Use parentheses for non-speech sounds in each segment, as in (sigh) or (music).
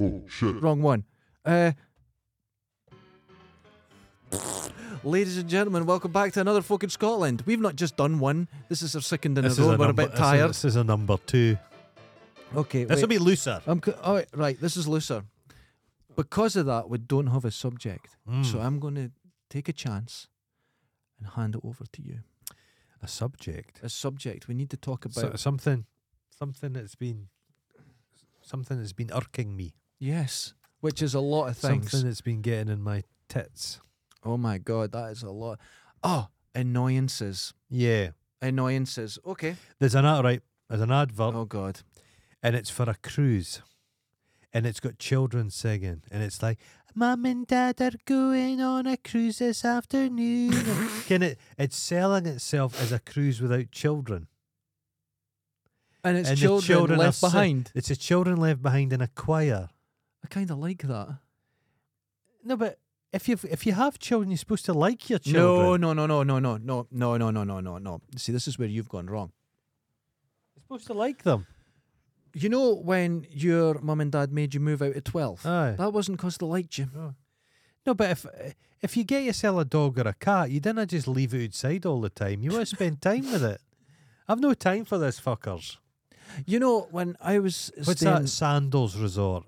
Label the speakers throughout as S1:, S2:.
S1: Oh shit.
S2: Wrong one.
S3: (laughs)
S2: Uh, ladies and gentlemen, welcome back to another Folk in Scotland. We've not just done one. This is our second in
S3: This
S2: a
S3: is
S2: row.
S3: a
S2: We're a
S3: number-
S2: bit
S3: this is-
S2: tired.
S3: This is a number two.
S2: Okay.
S3: This
S2: wait.
S3: will be looser.
S2: I'm co- all right, right, this is looser. Because of that, we don't have a subject.
S3: Hmm.
S2: So I'm going to take a chance and hand it over to you.
S3: A subject.
S2: A subject we need to talk about.
S3: So, something, something that's been, something that's been irking me.
S2: yes, which is a lot of things.
S3: Something that's been getting in my tits.
S2: Oh my God, that is a lot. Oh, annoyances.
S3: Yeah.
S2: Annoyances. Okay.
S3: There's an ad right. There's an advert,
S2: Oh God.
S3: and it's for a cruise, and it's got children singing, and it's like, "Mum and Dad are going on a cruise
S2: (laughs)
S3: this afternoon." Can it? It's selling itself as a cruise without children.
S2: And it's
S3: and the
S2: children,
S3: are
S2: left
S3: sing-
S2: behind.
S3: It's a children left behind in a choir.
S2: I kind of like that.
S3: No, but if you if you have children, you're supposed to like your
S2: No,
S3: children.
S2: no, no, no, no, no, no, no, no, no, no, no, no. See, this is where you've gone wrong.
S3: you're supposed to like them.
S2: You know when your mum and dad made you move out at 12?
S3: Aye.
S2: That wasn't because they liked you.
S3: No, but if if you get yourself a dog or a cat, you didn't just leave it outside all the time. You want to spend time with it. (laughs) I've no time for this fuckers.
S2: You know, when I was
S3: What's
S2: staying...
S3: that Sandals Resort?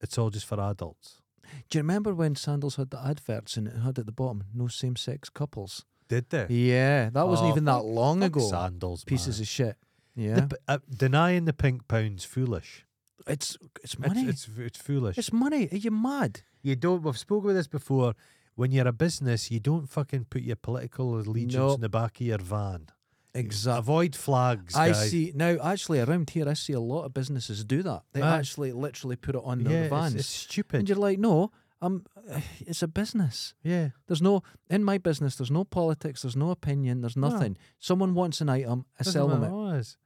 S3: It's all just for adults.
S2: Do you remember when Sandals had the adverts and it had at the bottom, no same-sex couples?
S3: Did they?
S2: Yeah, that wasn't
S3: Oh,
S2: even that
S3: fuck-
S2: long
S3: Fuck
S2: ago.
S3: Sandals
S2: Pieces
S3: man.
S2: of shit. Yeah.
S3: The p- uh, denying the pink pound's foolish.
S2: it's it's
S3: It's,
S2: money. It's,
S3: it's f- it's foolish.
S2: money. Are you mad?
S3: You don't. We've spoken about this before. When you're a business, you don't fucking put your political allegiance
S2: Nope.
S3: in the back of your van.
S2: Exactly.
S3: Avoid flags.
S2: I
S3: guys.
S2: see now. Actually, around here, I see a lot of businesses do that. They
S3: Aye.
S2: actually literally put it on
S3: Ah. Yeah,
S2: their
S3: it's-
S2: vans,
S3: It's,
S2: and
S3: stupid.
S2: you're like, no, I'm. (sighs) It's a business.
S3: Yeah.
S2: There's no in my business. There's no politics. There's no opinion. There's
S3: No.
S2: nothing. Someone wants an item, I
S3: Doesn't
S2: sell them
S3: matter
S2: it.
S3: what it is.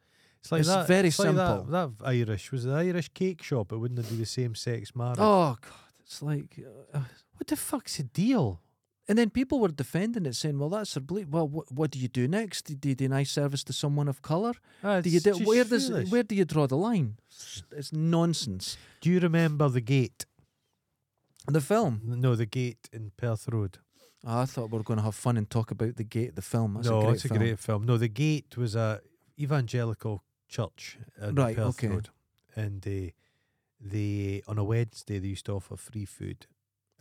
S3: It's like
S2: It's
S3: that-
S2: very
S3: it's like that-
S2: simple.
S3: that, Irish was the Irish cake shop. It wouldn't do the same sex marriage.
S2: Oh God, it's like. uh, uh,
S3: What the fuck's the deal?
S2: and then people were defending it, saying, "Well, that's a ble- well. Wh- what do you do next? Do you deny service to someone of color?
S3: Ah,
S2: Do you
S3: it's
S2: do,
S3: just
S2: where does
S3: foolish.
S2: where do you draw the line? It's nonsense.
S3: Do you remember the gate?
S2: The film.
S3: No, the gate in Perth Road.
S2: Oh, I thought we were going to have fun and talk about the gate. The film. That's
S3: no,
S2: a great
S3: it's a
S2: film.
S3: great film. No, the gate was a evangelical church in
S2: Right,
S3: Perth
S2: okay.
S3: Road, and they they on a Wednesday they used to offer free food.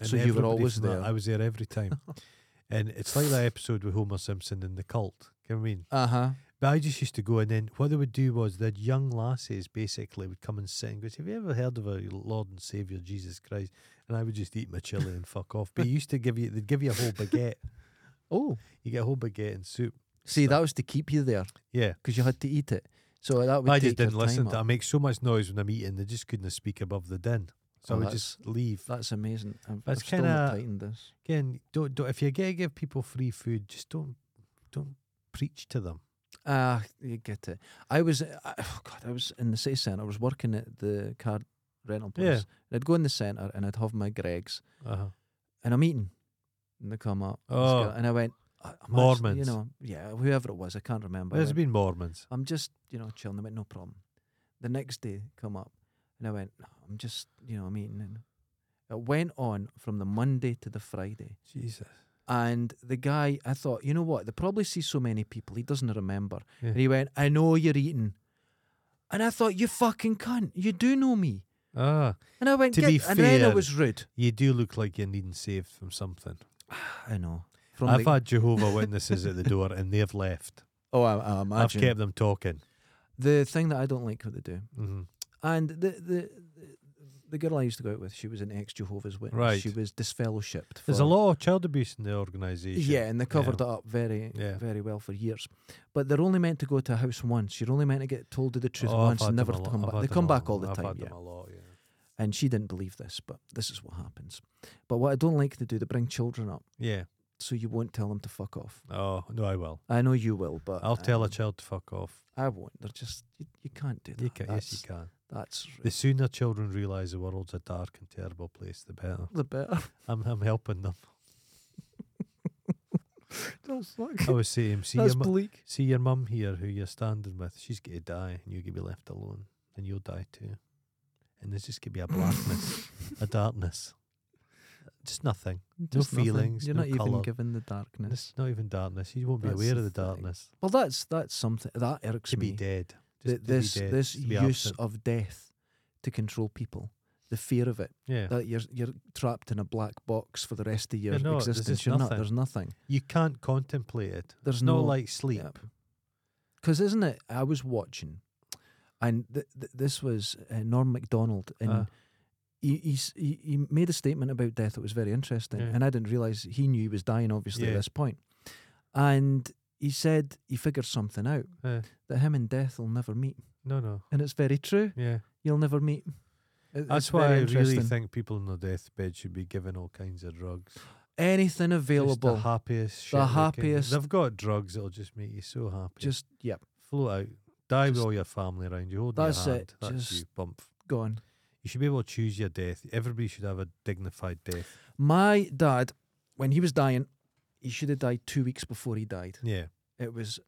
S2: So you were
S3: everybody
S2: always
S3: from that-
S2: there?
S3: I was there every time,
S2: (laughs)
S3: and it's like that episode with Homer Simpson in the cult. Can I mean?
S2: Uh huh.
S3: But I just used to go, and then what they would do was that young lasses basically would come and sit and go, Have you ever heard of our Lord and Saviour Jesus Christ? And I would just eat my chili and fuck off. But they used to give you, they'd give you a whole baguette.
S2: Oh,
S3: You get a whole baguette and soup.
S2: see, that was to keep you there
S3: Yeah.
S2: because you had to eat it. So that would.
S3: I
S2: take
S3: just didn't
S2: your
S3: listen
S2: time
S3: to. I
S2: up.
S3: make so much noise when I'm eating, they just couldn't speak above the din.
S2: Oh,
S3: So I would
S2: that's-
S3: just leave.
S2: That's amazing. I've,
S3: That's
S2: I've still not
S3: kinda-
S2: tightened this.
S3: Again, don't, don't if you're gonna give people free food, just don't don't preach to them.
S2: Ah, you get it. I was, I, (sighs) oh God, I was in the city centre. I was working at the car rental place.
S3: Yeah.
S2: I'd go in the centre and I'd have my Greg's
S3: Uh-huh.
S2: and I'm eating, and they come up. this
S3: Oh.
S2: girl, and I went. "I- I'm actually,"
S3: Mormons.
S2: you know, yeah, whoever it was, I can't remember. I
S3: There's
S2: went,
S3: been Mormons.
S2: I'm just, you know, chilling. I went, no problem. The next day, come up, and I went, no, I'm just, you know, I'm eating. And it went on from the Monday to the Friday.
S3: Jesus.
S2: And the guy, I thought, you know what? They probably see so many people, he doesn't remember.
S3: Yeah.
S2: And he went, I know you're eating. And I thought, you fucking cunt, you do know me.
S3: Ah,
S2: And I went,
S3: To
S2: Get,
S3: be
S2: and then I
S3: fair-
S2: was rude. (sighs)
S3: you do look like you're needing saved from something.
S2: I know. From
S3: I've
S2: the-
S3: had Jehovah Witnesses at the door, and they've left.
S2: oh, I, I imagine.
S3: I've kept them talking.
S2: The thing that I don't like what they do.
S3: hmm
S2: And the, the, the, the girl I used to go out with, she was an ex Jehovah's Witness.
S3: Right.
S2: She was disfellowshipped.
S3: There's
S2: for-
S3: a lot of child abuse in the organisation.
S2: Yeah, and they covered it up very,
S3: Yeah.
S2: very well for years. But they're only meant to go to a house once. You're only meant to get told the truth
S3: Oh, I've
S2: once,
S3: had
S2: and
S3: them
S2: never
S3: a
S2: to
S3: lot-
S2: come
S3: I've
S2: back.
S3: had
S2: They
S3: them
S2: come
S3: a
S2: back
S3: lot-
S2: all the
S3: I've
S2: time.
S3: had
S2: yeah.
S3: them a lot, yeah.
S2: And she didn't believe this, but this is what happens. But what I don't like to do, they bring children up,
S3: Yeah.
S2: so you won't tell them to fuck off.
S3: Oh no, I will.
S2: I know you will, but
S3: I'll tell a
S2: um,
S3: child to fuck off.
S2: I won't. They're just you, you can't do that.
S3: You can, yes,
S2: that's,
S3: you can.
S2: That's
S3: The sooner children realise the world's a dark and terrible place, the better.
S2: the better. (laughs)
S3: I'm, I'm helping them.
S2: don't fuck.
S3: I
S2: (laughs)
S3: was saying, see
S2: that's
S3: your, mu-
S2: bleak.
S3: see your mum here, who you're standing with. She's going to die, and you're going to be left alone, and you'll die too. and there's just going to be a blackness,
S2: (laughs)
S3: a darkness, just nothing.
S2: Just nothing.
S3: feelings,
S2: You're
S3: no
S2: not even
S3: colour.
S2: given the darkness.
S3: It's not even darkness. You won't be
S2: That's
S3: aware
S2: the
S3: of the
S2: thing.
S3: darkness.
S2: Well, that's that's something that irks
S3: To
S2: me.
S3: be dead.
S2: Th-
S3: Just to be
S2: this
S3: dead,
S2: this
S3: just to be
S2: use
S3: absent.
S2: of death to control people, the fear of it
S3: yeah.
S2: that you're you're trapped in a black box for the rest of your
S3: no, there's
S2: existence.
S3: just
S2: you're not.
S3: nothing.
S2: There's nothing.
S3: You can't contemplate it.
S2: There's
S3: It's not
S2: no
S3: like sleep.
S2: Because isn't it? I was watching, and th- th- this was uh, Norm Macdonald, and
S3: Uh.
S2: he, he s- he he made a statement about death that was very interesting,
S3: Yeah.
S2: and I didn't realize he knew he was dying, obviously at
S3: Yeah.
S2: this point, and he said he figured something out
S3: Yeah.
S2: that him and death will never meet,
S3: No, no.
S2: and it's very true.
S3: Yeah.
S2: You'll never meet. It-
S3: That's
S2: it's
S3: why
S2: very
S3: I really
S2: interesting.
S3: think people on their deathbed should be given all kinds of drugs. Just
S2: anything
S3: the
S2: available.
S3: happiest shit. they can-
S2: happiest-
S3: They've got drugs that'll just make you so happy.
S2: Just yep,
S3: float out. Die with
S2: just-
S3: all your family around you. Hold your
S2: That's it,
S3: hand. That's you.
S2: just-
S3: Bump.
S2: gone.
S3: You should be able to choose your death. Everybody should have a dignified death.
S2: My dad, when he was dying, he should have died two weeks before he died.
S3: Yeah.
S2: It was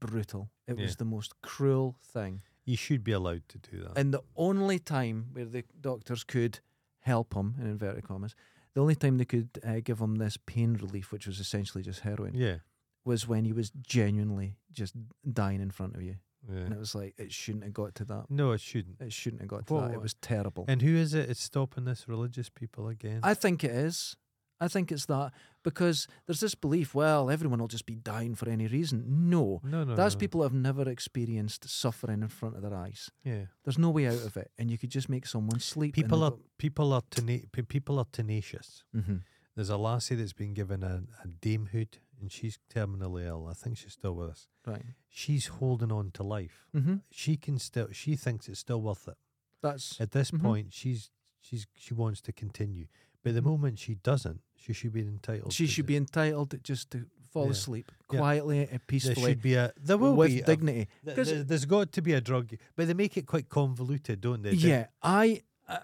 S2: brutal. It
S3: Yeah.
S2: was the most cruel thing.
S3: You should be allowed to do that.
S2: And the only time where the doctors could help him, in inverted commas, the only time they could uh, give him this pain relief, which was essentially just heroin,
S3: yeah.
S2: was when he was genuinely just dying in front of you.
S3: Yeah.
S2: And it was like, it shouldn't have got to that.
S3: No, it shouldn't.
S2: It shouldn't have got to
S3: Well,
S2: that. It was terrible.
S3: And who is it? It's stopping this religious people again.
S2: I think it is. I think it's that because there's this belief, well, everyone will just be dying for any reason. No.
S3: no, no.
S2: That's
S3: no.
S2: people who have never experienced suffering in front of their eyes.
S3: Yeah.
S2: There's no way out of it, and you could just make someone sleep.
S3: People are people are tena- pe- people are tenacious.
S2: hmm
S3: There's a lassie that's been given a, a damehood, and she's terminally ill. I think she's still with us.
S2: right.
S3: She's holding on to life.
S2: Mm-hmm.
S3: She can still. She thinks it's still worth it.
S2: That's
S3: At this
S2: Mhm.
S3: point, she's she's she wants to continue, but the
S2: Mm.
S3: moment she doesn't, she should be entitled.
S2: she
S3: to
S2: should
S3: the-
S2: be entitled just to fall
S3: Yeah.
S2: asleep
S3: Yeah.
S2: quietly and
S3: There
S2: peacefully
S3: should be a. There will
S2: with
S3: be a-
S2: dignity.
S3: th-
S2: 'cause-
S3: there- there's got to be a drug, but they make it quite convoluted, don't they? They-
S2: yeah, I. Uh,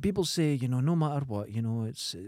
S2: people say, you know, no matter what, you know, it's uh,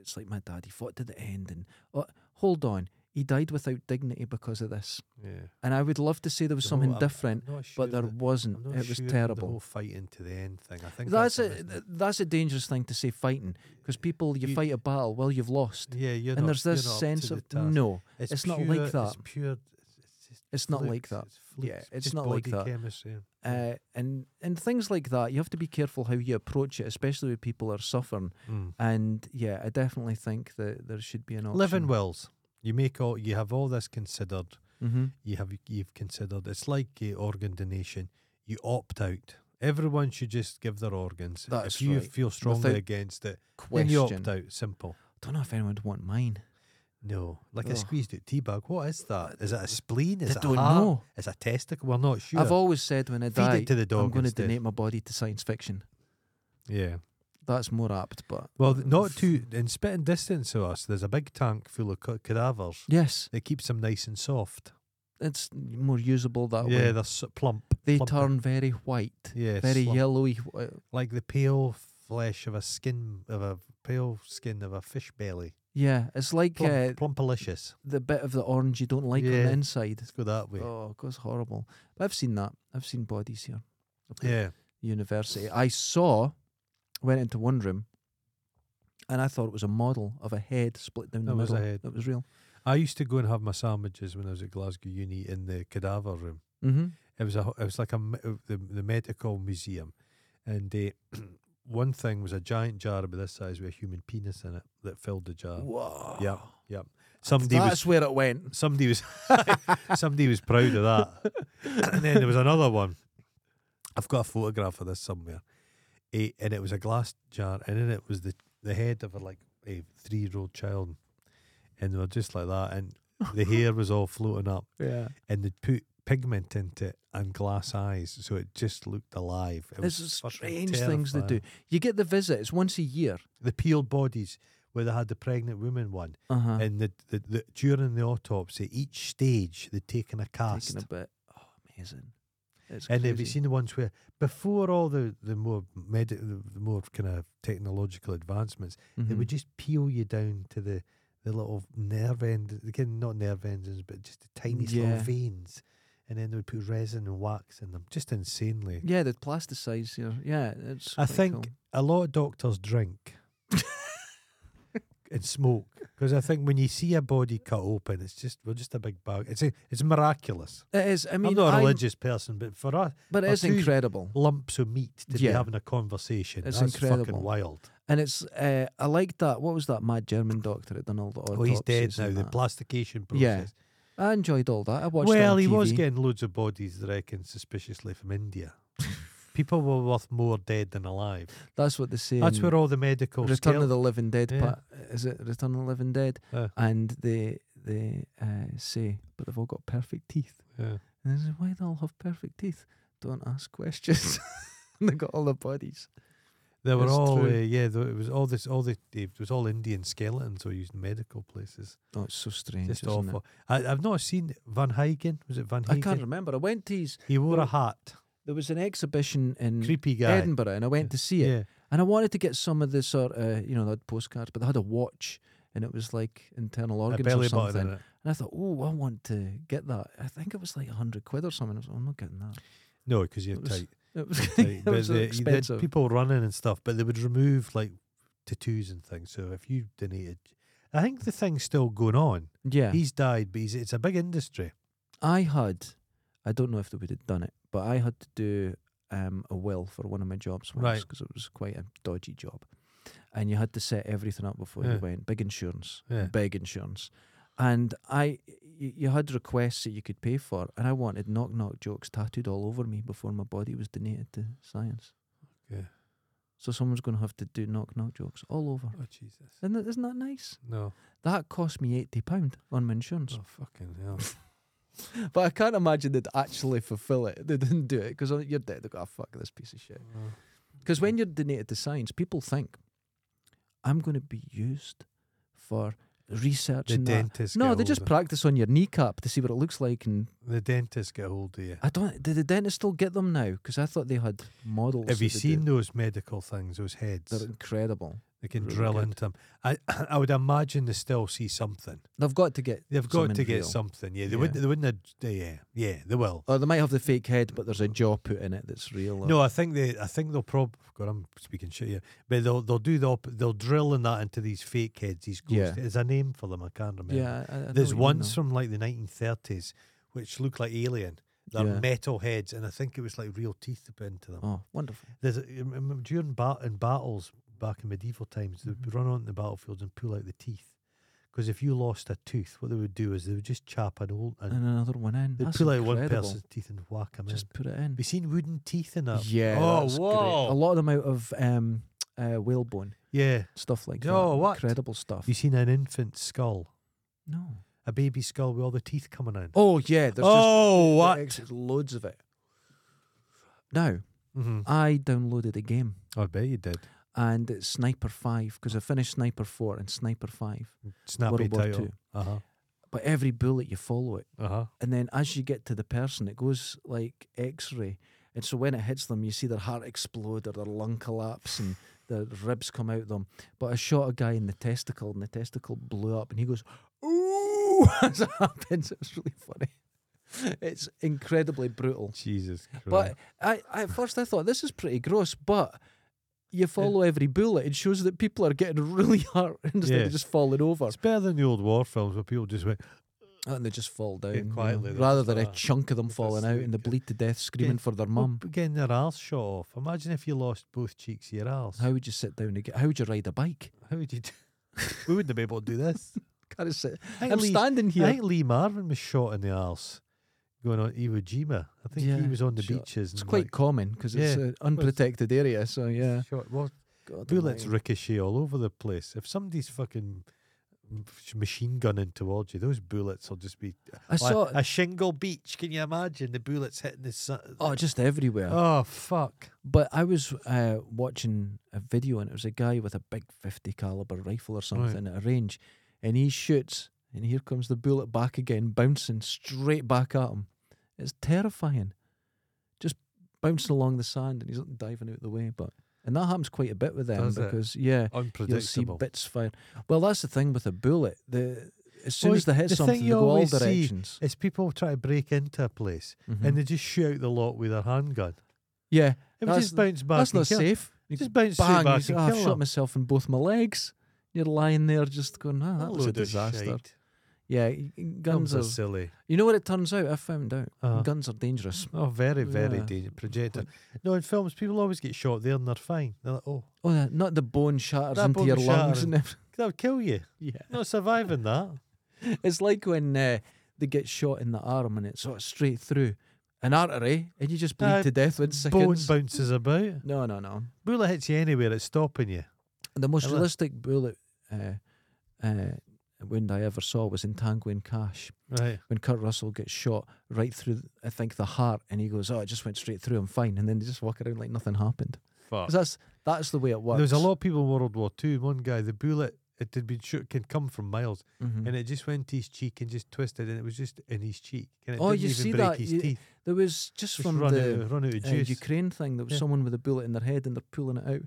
S2: it's like my dad. He fought to the end, and uh, hold on, he died without dignity because of this.
S3: yeah.
S2: And I would love to say there was
S3: The whole-
S2: something
S3: I'm- I'm
S2: different,
S3: not sure
S2: but there
S3: that-
S2: wasn't.
S3: I'm not
S2: It was
S3: sure that The whole
S2: terrible.
S3: fighting to the end thing. I think
S2: That's
S3: a
S2: a
S3: bit-
S2: th- that's a dangerous thing to say fighting because people you,
S3: You-
S2: fight a battle well you've lost
S3: Yeah, you're
S2: and
S3: not-
S2: there's
S3: you're
S2: this
S3: not up to
S2: sense
S3: the
S2: of
S3: task.
S2: no it's not
S3: pure,
S2: like
S3: It's
S2: that.
S3: pure. It's, it's just
S2: it's not like that
S3: flukes, it's flukes,
S2: Yeah, it's
S3: just
S2: not like
S3: body
S2: that.
S3: Chemistry.
S2: uh, and and things like that you have to be careful how you approach it especially when people are suffering
S3: Mm.
S2: and yeah I definitely think that there should be an option
S3: Living wills. You make all. You have all this considered.
S2: hmm
S3: You have. You've considered. It's like uh, organ donation. You opt out. Everyone should just give their organs.
S2: That's
S3: if you
S2: right.
S3: feel strongly
S2: Without
S3: against it, then you
S2: question
S3: opt out. Simple.
S2: don't know if anyone would want mine
S3: No, like a
S2: Ugh.
S3: squeezed out tea bag. What is that? Is it a spleen? Is
S2: I
S3: it
S2: don't
S3: a heart?
S2: know
S3: Is it a testicle? We're not sure.
S2: I've always said when I
S3: Feed
S2: die
S3: it to the dog.
S2: I'm going to
S3: instead.
S2: donate my body to science fiction
S3: Yeah.
S2: that's more apt but
S3: Well, th- not too in spitting distance of us. There's a big tank full of ca- cadavers
S2: yes
S3: that keeps them nice and soft.
S2: it's more usable that way
S3: yeah, they're s plump.
S2: They
S3: plump and-
S2: turn very white,
S3: yeah,
S2: very
S3: slump.
S2: yellowy. wh-
S3: like the pale flesh of a skin of a pale skin of a fish belly.
S2: Yeah, it's like
S3: Plump,
S2: uh,
S3: plumpalicious.
S2: the bit of the orange you don't like on
S3: Yeah.
S2: the inside.
S3: Let's go that way.
S2: Oh, it goes horrible. But I've seen that. I've seen bodies here. up at
S3: yeah,
S2: University. I saw, went into one room, and I thought it was a model of a head split down the
S3: That was a
S2: middle.
S3: head.
S2: It was real.
S3: I used to go and have my sandwiches when I was at Glasgow Uni in the cadaver room.
S2: Mm-hmm.
S3: It was a ho- it was like a me- uh, the, the medical museum, and uh, (clears throat) one thing was a giant jar about this size with a human penis in it that filled the jar.
S2: Whoa.
S3: Yep, yep. Somebody
S2: That's
S3: was
S2: where it went.
S3: (laughs) somebody was (laughs) somebody was proud of that. and then there was another one. I've got a photograph of this somewhere, eh, and it was a glass jar, and in it was the the head of a like a three year old child, and they were just like that, and
S2: (laughs)
S3: the hair was all floating up,
S2: Yeah.
S3: and they'd put pigment into it and glass eyes, so it just looked alive. It
S2: There's
S3: was
S2: is
S3: fucking
S2: strange things they do.
S3: terrifying.
S2: You get the visit. It's once a year.
S3: The peeled bodies where they had the pregnant woman one.
S2: Uh huh.
S3: And the, the, the during the autopsy, each stage they'd taken a cast.
S2: Taking a bit. Oh, amazing. It's
S3: and have you
S2: crazy.
S3: seen the ones where before all the the more med- the, the more kind of technological advancements, they
S2: Mhm.
S3: would just peel you down to the the little nerve end, again not nerve endings, but just the tiniest
S2: Yeah.
S3: little veins, and then they would put resin and wax in them. Just insanely.
S2: Yeah, the plasticize here. Yeah, it's.
S3: I
S2: quite
S3: think
S2: cool.
S3: a lot of doctors
S2: (laughs)
S3: drink and smoke because I think when you see a body cut open, it's just we're just a big bug. It's a, it's miraculous.
S2: it is. I
S3: I
S2: mean,
S3: am not a
S2: I'm-
S3: religious person, but for us,
S2: but it
S3: or
S2: is
S3: two-
S2: incredible,
S3: lumps of meat to
S2: Yeah.
S3: be having a conversation.
S2: It's
S3: That's
S2: incredible.
S3: fucking wild.
S2: and it's. Uh, I like that. What was that mad German doctor that done all the
S3: Oh, he's dead
S2: autopsies
S3: now.
S2: and
S3: The
S2: that?
S3: plastication process.
S2: Yeah, I enjoyed all that. I watched. it
S3: Well,
S2: on
S3: he was
S2: TV.
S3: getting loads of bodies, they reckon, suspiciously from India.
S2: (laughs)
S3: People were worth more dead than alive.
S2: That's what they say.
S3: That's
S2: in
S3: where all the medical
S2: Return
S3: scale.
S2: of the Living Dead.
S3: Yeah.
S2: Part, is it Return of the Living Dead?
S3: Yeah.
S2: And they they uh, say, but they've all got perfect teeth.
S3: Yeah.
S2: And they say, why they all have perfect teeth? Don't ask questions.
S3: Hmm.
S2: and (laughs) they got all the bodies.
S3: They were
S2: It's
S3: all uh,
S2: true.
S3: yeah. Though it was all this, all the it was all Indian skeletons were used in medical places.
S2: Oh, it's so strange.
S3: Just
S2: isn't it?
S3: awful. I, I've not seen Van Huygen. Was it Van Huygen?
S2: I can't remember. I went to his,
S3: He wore
S2: Well,
S3: a hat.
S2: there was an exhibition in
S3: Creepy guy.
S2: Edinburgh, Mm. and I went to see it.
S3: Yeah.
S2: And I wanted to get some of the sort of, you know, they had postcards, but they had a watch, and it was like internal
S3: A
S2: organs
S3: belly
S2: or something.
S3: button in it.
S2: And I thought, oh, I want to get that. I think it was like hundred quid or something. I was like, I'm not getting that. (laughs)
S3: No, because you're
S2: It was-
S3: tight.
S2: (laughs) It was,
S3: tight.
S2: it
S3: But
S2: was so
S3: the- you- they had
S2: expensive.
S3: people running and stuff, but they would remove like tattoos and things. So if you donated, I think the thing's still going on.
S2: yeah,
S3: He's died, but he's, it's a big industry.
S2: I had. I don't know if they would have done it, but I had to do um, a will for one of my jobs once
S3: Right.
S2: because it was quite a dodgy job, and you had to set everything up before you
S3: Yeah.
S2: went. Big insurance,
S3: Yeah.
S2: big insurance, and I, you, you had requests that you could pay for, and I wanted knock knock jokes tattooed all over me before my body was donated to science.
S3: Okay.
S2: So someone's going to have to do knock knock jokes all over.
S3: Oh Jesus.
S2: Isn't that, isn't that nice?
S3: No.
S2: That cost me eighty pound on my insurance,
S3: Oh fucking hell.
S2: (laughs) but I can't imagine they'd actually fulfil it. (laughs) They didn't do it because you're dead. They go, oh, fuck this piece of shit.
S3: Oh.
S2: Because when you're donated to science, people think I'm going to be used for research
S3: the
S2: and that.
S3: dentist.
S2: No,
S3: get
S2: they just
S3: hold of-
S2: practice on your kneecap to see what it looks like, and
S3: the dentist get hold of you.
S2: I don't. Did the dentist still get them now? Because I thought they had models.
S3: Have you
S2: that they
S3: seen
S2: did.
S3: those medical things? Those heads.
S2: They're incredible.
S3: They can
S2: really
S3: drill
S2: good.
S3: into them. I (clears throat) I would imagine they still see something.
S2: They've got to get.
S3: They've got
S2: something
S3: to get
S2: real.
S3: something. Yeah, they
S2: Yeah.
S3: wouldn't. They wouldn't. Have, yeah, yeah, they will.
S2: Or they might have the fake head, but there's a jaw put in it that's real. or-
S3: No, I think they. I think they'll probably. God, I'm speaking shit here. But they'll they'll do the. Op- they'll drill and that into these fake heads. These ghosts.
S2: Yeah.
S3: There's a name for them. I can't remember.
S2: Yeah, I, I know what
S3: There's
S2: you
S3: ones
S2: mean,
S3: from like the 1930s, which look like alien. They're
S2: Yeah.
S3: metal heads, and I think it was like real teeth to put into them.
S2: though. Oh, wonderful.
S3: There's a, um, um, during bat in battles back in medieval times, they
S2: Mm-hmm.
S3: would run onto the battlefields and pull out the teeth. Because if you lost a tooth, what they would do is they would just chap an old and
S2: And another one in.
S3: they'd
S2: That's
S3: pull out one
S2: incredible.
S3: person's teeth and whack them
S2: Just
S3: in.
S2: put it in.
S3: Have you seen wooden teeth in that?
S2: Yeah.
S3: Oh,
S2: that's great.
S3: whoa.
S2: A lot of them out of um, uh, whalebone
S3: Yeah.
S2: stuff like that.
S3: Oh, what?
S2: Incredible stuff.
S3: Have you seen an infant skull?
S2: no.
S3: A baby skull with all the teeth coming out.
S2: Oh yeah. There's
S3: oh,
S2: just the ex- loads of it. Now
S3: hmm
S2: I downloaded a game
S3: I bet you did.
S2: and it's Sniper Five because I finished Sniper Four and Sniper Five.
S3: Snappy
S2: World War
S3: title.
S2: Two.
S3: Uh huh.
S2: But every bullet you follow it.
S3: Uh huh.
S2: and then as you get to the person, it goes like X-ray, and so when it hits them, you see their heart explode or their lung collapse and their ribs come out them. But I shot a guy in the testicle, and the testicle blew up, and he goes, "Ooh!" (laughs) as it happens. It's really funny. It's incredibly brutal.
S3: Jesus Christ.
S2: But I, I at first I thought this is pretty gross, but you follow every bullet, it shows that people are getting (laughs) really hurt instead
S3: Yeah.
S2: of just falling over.
S3: it's better than the old war films where people just went,
S2: Oh, and they just fall down
S3: Yeah,
S2: you know,
S3: quietly, they're
S2: rather
S3: just
S2: than a
S3: like that.
S2: chunk of them
S3: Just
S2: falling out and they
S3: asleep.
S2: bleed to death screaming for their mum.
S3: Well, "Oh, getting their arse shot off. Imagine if you lost both cheeks of your arse.
S2: How would you sit down again? How would you ride a bike? (laughs)
S3: How would you do (laughs) We wouldn't be able to do this.
S2: Can't (laughs) I sit.
S3: I think
S2: I'm
S3: Lee-
S2: standing
S3: I
S2: here.
S3: think Lee Marvin was shot in the arse going on Iwo Jima. I think
S2: Yeah,
S3: he was on the
S2: shot.
S3: beaches.
S2: It's
S3: and,
S2: quite common 'cause common because
S3: Yeah,
S2: it's an unprotected area. So yeah,
S3: like, shot. Well,
S2: God
S3: bullets
S2: almighty.
S3: ricochet all over the place. If somebody's fucking machine gunning towards you, those bullets will just be.
S2: I
S3: Like,
S2: saw.
S3: a shingle beach. Can you imagine the bullets hitting the sun?
S2: Oh, just everywhere.
S3: Oh, fuck.
S2: But I was uh, watching a video and it was a guy with a big 50 caliber rifle or something at a range, and he shoots, and here comes the bullet back again, bouncing straight back at him. It's terrifying, just bouncing along the sand, and he's not diving out the way. But and that happens quite a bit with them
S3: Does it?
S2: because yeah, (laughs) you'll see
S3: Unpredictable.
S2: bits fire. Well, that's the thing with a bullet. The as soon
S3: Well,
S2: as they hit
S3: the thing
S2: something, they
S3: you
S2: go all
S3: always see
S2: directions.
S3: It's people try to break into a place
S2: Mhm.
S3: and they just shoot the lot with their handgun.
S2: yeah,
S3: It would
S2: That's
S3: just bounce back.
S2: that's
S3: and
S2: not
S3: kill-
S2: safe. You
S3: Just bounce straight
S2: bang! you
S3: back
S2: say,
S3: and
S2: "Oh, I've
S3: kill
S2: shot
S3: 'em."
S2: myself in both my legs. You're lying there, just going, "Ah,
S3: A
S2: that was a
S3: load of
S2: disaster."
S3: shite.
S2: Yeah, y- y- guns
S3: Films
S2: are.
S3: are silly.
S2: You know what it turns out? I found out
S3: Uh-huh.
S2: guns are dangerous.
S3: Oh, very, very
S2: Yeah.
S3: dangerous. Projector. No, in films, people always get shot there and they're fine. They're like, oh,
S2: Oh, yeah, not the bone shatters
S3: That
S2: into
S3: bone
S2: your lungs
S3: shattering.
S2: and everything.
S3: that would kill you. (laughs)
S2: Yeah.
S3: Not surviving that.
S2: (laughs) It's like when uh, they get shot in the arm and it's sort of straight through an artery and you just bleed
S3: Uh,
S2: to death within
S3: Bone
S2: seconds.
S3: bounces about.
S2: No, no, no.
S3: Bullet hits you anywhere, it's stopping you.
S2: The most
S3: Hello.
S2: realistic bullet uh, uh, wound I ever saw was in Tango and Cash
S3: Right.
S2: when Kurt Russell gets shot right through, th- I think, the heart and he goes, oh, it just went straight through, I'm fine. And then they just walk around like nothing happened.
S3: Fuck.
S2: 'Cause that's, that's the way it works.
S3: Oh. There was a lot of people in World War Two. One guy, the bullet, it had been shot, can come from miles,
S2: Mhm.
S3: and it just went to his cheek and just twisted, and it was just in his cheek. And it
S2: Oh,
S3: didn't
S2: you
S3: even
S2: see
S3: break
S2: that,
S3: his
S2: you-
S3: teeth.
S2: There was just
S3: Just
S2: from
S3: run,
S2: the
S3: out, run out of
S2: uh,
S3: juice.
S2: Ukraine thing, there was
S3: Yeah.
S2: someone with a bullet in their head and they're pulling it out.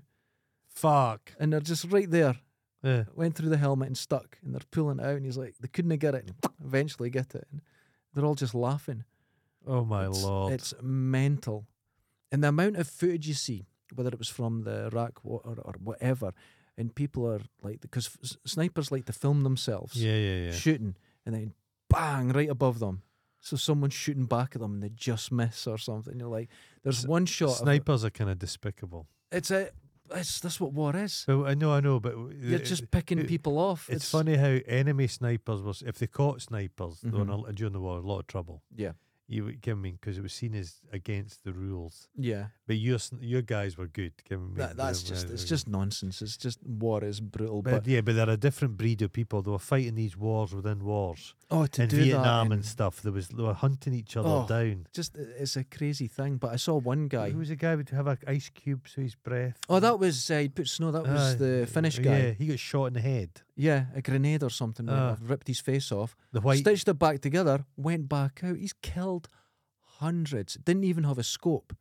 S3: Fuck.
S2: And they're just right there.
S3: Yeah.
S2: went through the helmet and stuck, and they're pulling it out, and he's like, they couldn't get it, and eventually get it. And they're all just laughing.
S3: Oh my
S2: it's,
S3: lord.
S2: It's mental. And the amount of footage you see, whether it was from the Iraq war or, or whatever, and people are like, because s- snipers like to film themselves
S3: yeah, yeah, yeah.
S2: shooting, and then bang, right above them. So someone's shooting back at them and they just miss or something. You're like, there's
S3: S-
S2: one shot. of it.
S3: Snipers are kind of despicable.
S2: It's a. It's that's what war is.
S3: So I know, I know, but w-
S2: You're
S3: it-
S2: just picking
S3: it-
S2: people off.
S3: It's, funny how enemy snipers was if they caught snipers they were in
S2: Mhm.
S3: a- during the war, a lot of trouble.
S2: Yeah.
S3: You would- I mean because it was seen as against the rules.
S2: Yeah.
S3: But your sn- your guys were good. give me-
S2: That, that's
S3: give me- uh,
S2: just it's just nonsense. It's just war is brutal.
S3: But,
S2: But,
S3: yeah, but they're a different breed of people. They were fighting these wars within wars
S2: oh, to
S3: in
S2: do
S3: Vietnam
S2: that
S3: and stuff. There was they were hunting each other
S2: Oh,
S3: down.
S2: just it's a crazy thing. But I saw one guy.
S3: Who was a guy would have an ice cube to his breath?
S2: Oh, that was uh, he put snow. That was
S3: Aye.
S2: the Finnish
S3: Yeah,
S2: guy.
S3: he got shot in the head.
S2: Yeah, a grenade or something. went
S3: Ah.
S2: off, ripped his face off.
S3: The white
S2: Stitched it back together. Went back out. He's killed hundreds. Didn't even have a scope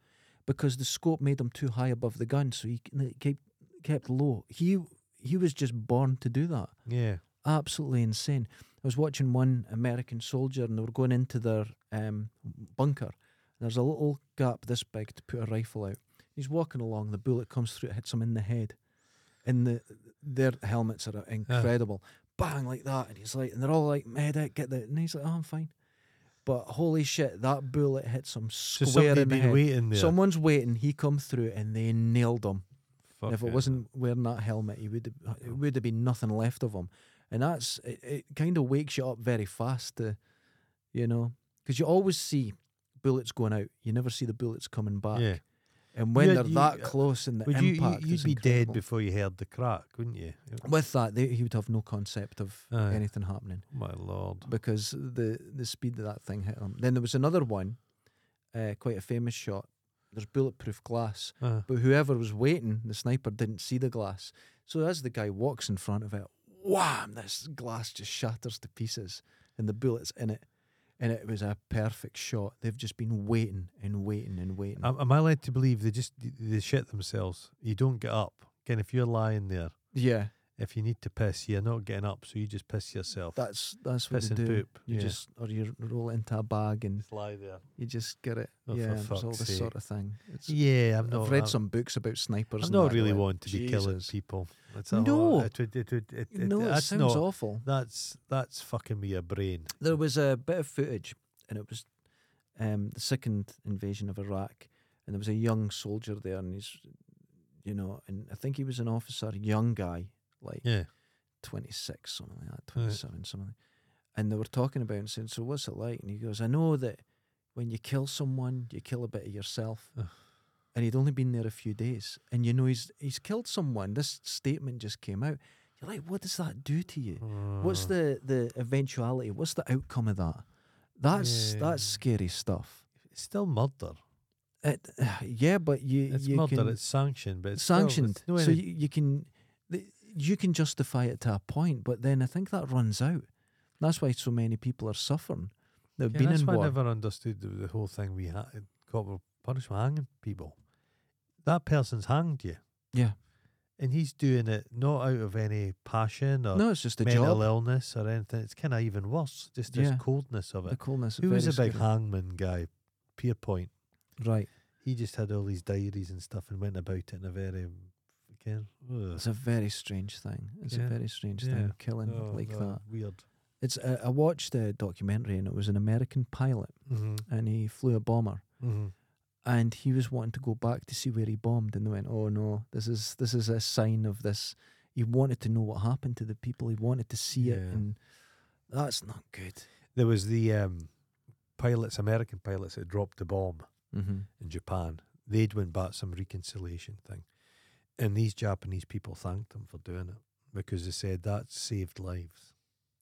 S2: because the scope made him too high above the gun, so he c- kept kept low. He he was just born to do that.
S3: Yeah.
S2: absolutely insane. I was watching one American soldier, and they were going into their um, bunker. There's a little gap this big to put a rifle out. He's walking along, the bullet comes through, it hits him in the head, and the their helmets
S3: Ah.
S2: are incredible. Bang like that, and he's like, and they're all like, "Medic, get the," and he's like, "Oh, I'm fine." But holy shit, that bullet hits him
S3: So
S2: square
S3: somebody
S2: in the
S3: been
S2: head.
S3: waiting there.
S2: Someone's waiting. He come through, and they nailed him. And if
S3: Fucking
S2: it wasn't wearing that helmet, he would have- it would have been nothing left of him. And that's it, it kind of wakes you up very fast to, you know, because you always see bullets going out, you never see the bullets coming back.
S3: Yeah.
S2: And when
S3: Yeah,
S2: they're
S3: you-
S2: that close and the
S3: Would you, you,
S2: impact,
S3: you'd
S2: is
S3: be
S2: incredible.
S3: dead before you heard the crack, wouldn't you? Oh
S2: With that, they, he would have no concept of
S3: Aye.
S2: anything happening
S3: My lord.
S2: because the the speed that that thing hit him. Then there was another one, uh, quite a famous shot. There's bulletproof glass,
S3: Uh,
S2: But whoever was waiting, the sniper didn't see the glass. So as the guy walks in front of it, wham, this glass just shatters to pieces and the bullet's in it. And it was a perfect shot. They've just been waiting and waiting and waiting.
S3: am, am I led to believe they just they shit themselves? You don't get up. Again, if you're lying there,
S2: yeah,
S3: if you need to piss, you're not getting up, so you just piss yourself.
S2: that's that's what
S3: Piss
S2: they
S3: and
S2: do.
S3: poop,
S2: You
S3: yeah.
S2: just or you roll it into a bag and
S3: Just lie there.
S2: you just get it.
S3: Oh, for
S2: yeah, it's
S3: fuck's
S2: all this
S3: sake.
S2: sort of thing. It's,
S3: Yeah, I'm not.
S2: I've read
S3: I'm,
S2: some books about snipers.
S3: I'm
S2: and
S3: not
S2: that,
S3: really
S2: like,
S3: one to be killing
S2: Jesus.
S3: people. That's
S2: No.
S3: it would, it would, it, it,
S2: No, it
S3: that's
S2: sounds
S3: not.
S2: awful.
S3: That's that's fucking me a brain.
S2: there was a bit of footage, and it was um, the second invasion of Iraq, and there was a young soldier there, and he's, you know, and I think he was an officer, young guy, like
S3: Yeah.
S2: 26, something like that,
S3: Right.
S2: 27, something. like- And they were talking about it and saying, So what's it like? And he goes, I know that when you kill someone, you kill a bit of yourself.
S3: Ugh.
S2: and he'd only been there a few days. And you know, he's he's killed someone. This statement just came out. You're like, What does that do to you? What's
S3: Uh,
S2: the, the eventuality? What's the outcome of that? That's
S3: Yeah.
S2: that's scary stuff. (sighs)
S3: It's still murder.
S2: It, yeah, but you
S3: It's
S2: you
S3: murder.
S2: can
S3: It's sanctioned, but it's still- it's
S2: sanctioned,
S3: no
S2: so
S3: any-
S2: you, you can th- you can justify it to a point, but then I think that runs out. That's why so many people are suffering. They've
S3: Yeah,
S2: been
S3: that's
S2: in
S3: why
S2: war.
S3: I never understood the, the whole thing we had corporal punishment hanging people. That person's hanged you.
S2: Yeah.
S3: And he's doing it not out of any passion or
S2: no, it's just a
S3: mental
S2: job.
S3: illness or anything. It's kind of even worse, just this
S2: Yeah.
S3: coldness of
S2: The
S3: it.
S2: coolness.
S3: Who was a
S2: very
S3: big
S2: scary.
S3: hangman guy? Pierpoint.
S2: Right.
S3: He just had all these diaries and stuff and went about it in a very again, ugh,
S2: It's a very strange thing. It's
S3: Yeah.
S2: a very strange
S3: Yeah.
S2: thing. Killing
S3: oh,
S2: like
S3: no,
S2: that.
S3: weird.
S2: It's. Uh, I watched a documentary and it was an American pilot
S3: Mm-hmm.
S2: and he flew a bomber
S3: Mm-hmm.
S2: and he was wanting to go back to see where he bombed and they went oh no this is this is a sign of this he wanted to know what happened to the people he wanted to see it
S3: Yeah.
S2: and that's not good
S3: There was the um, pilots, American pilots that dropped the bomb
S2: mm-hmm.
S3: in Japan. They'd went back some reconciliation thing, and these Japanese people thanked them for doing it because they said that saved lives.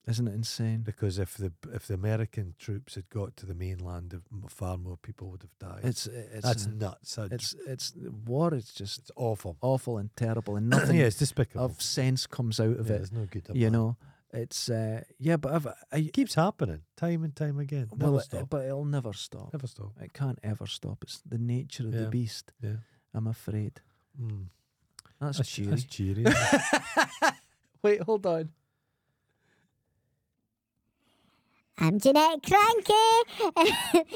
S2: isn't it insane
S3: Because if the if the American troops had got to the mainland, the m- far more people would have died.
S2: it's it's
S3: That's
S2: uh,
S3: nuts. I j- It's,
S2: it's it's war is just
S3: awful. (clears throat)
S2: awful and terrible and nothing
S3: yeah, it's despicable.
S2: of sense comes out of
S3: yeah,
S2: it
S3: There's no good.
S2: you know it's uh, yeah but I've, I
S3: it keeps happening time and time again. Never
S2: well it-
S3: stop.
S2: but it'll never stop
S3: Never stop.
S2: it can't ever stop it's the nature of
S3: Yeah.
S2: the beast
S3: Yeah.
S2: I'm afraid
S3: Mm.
S2: that's, cheery
S3: (laughs) That's
S2: (laughs)
S3: cheery. isn't it?
S2: wait hold on
S1: I'm Jeanette Cranky.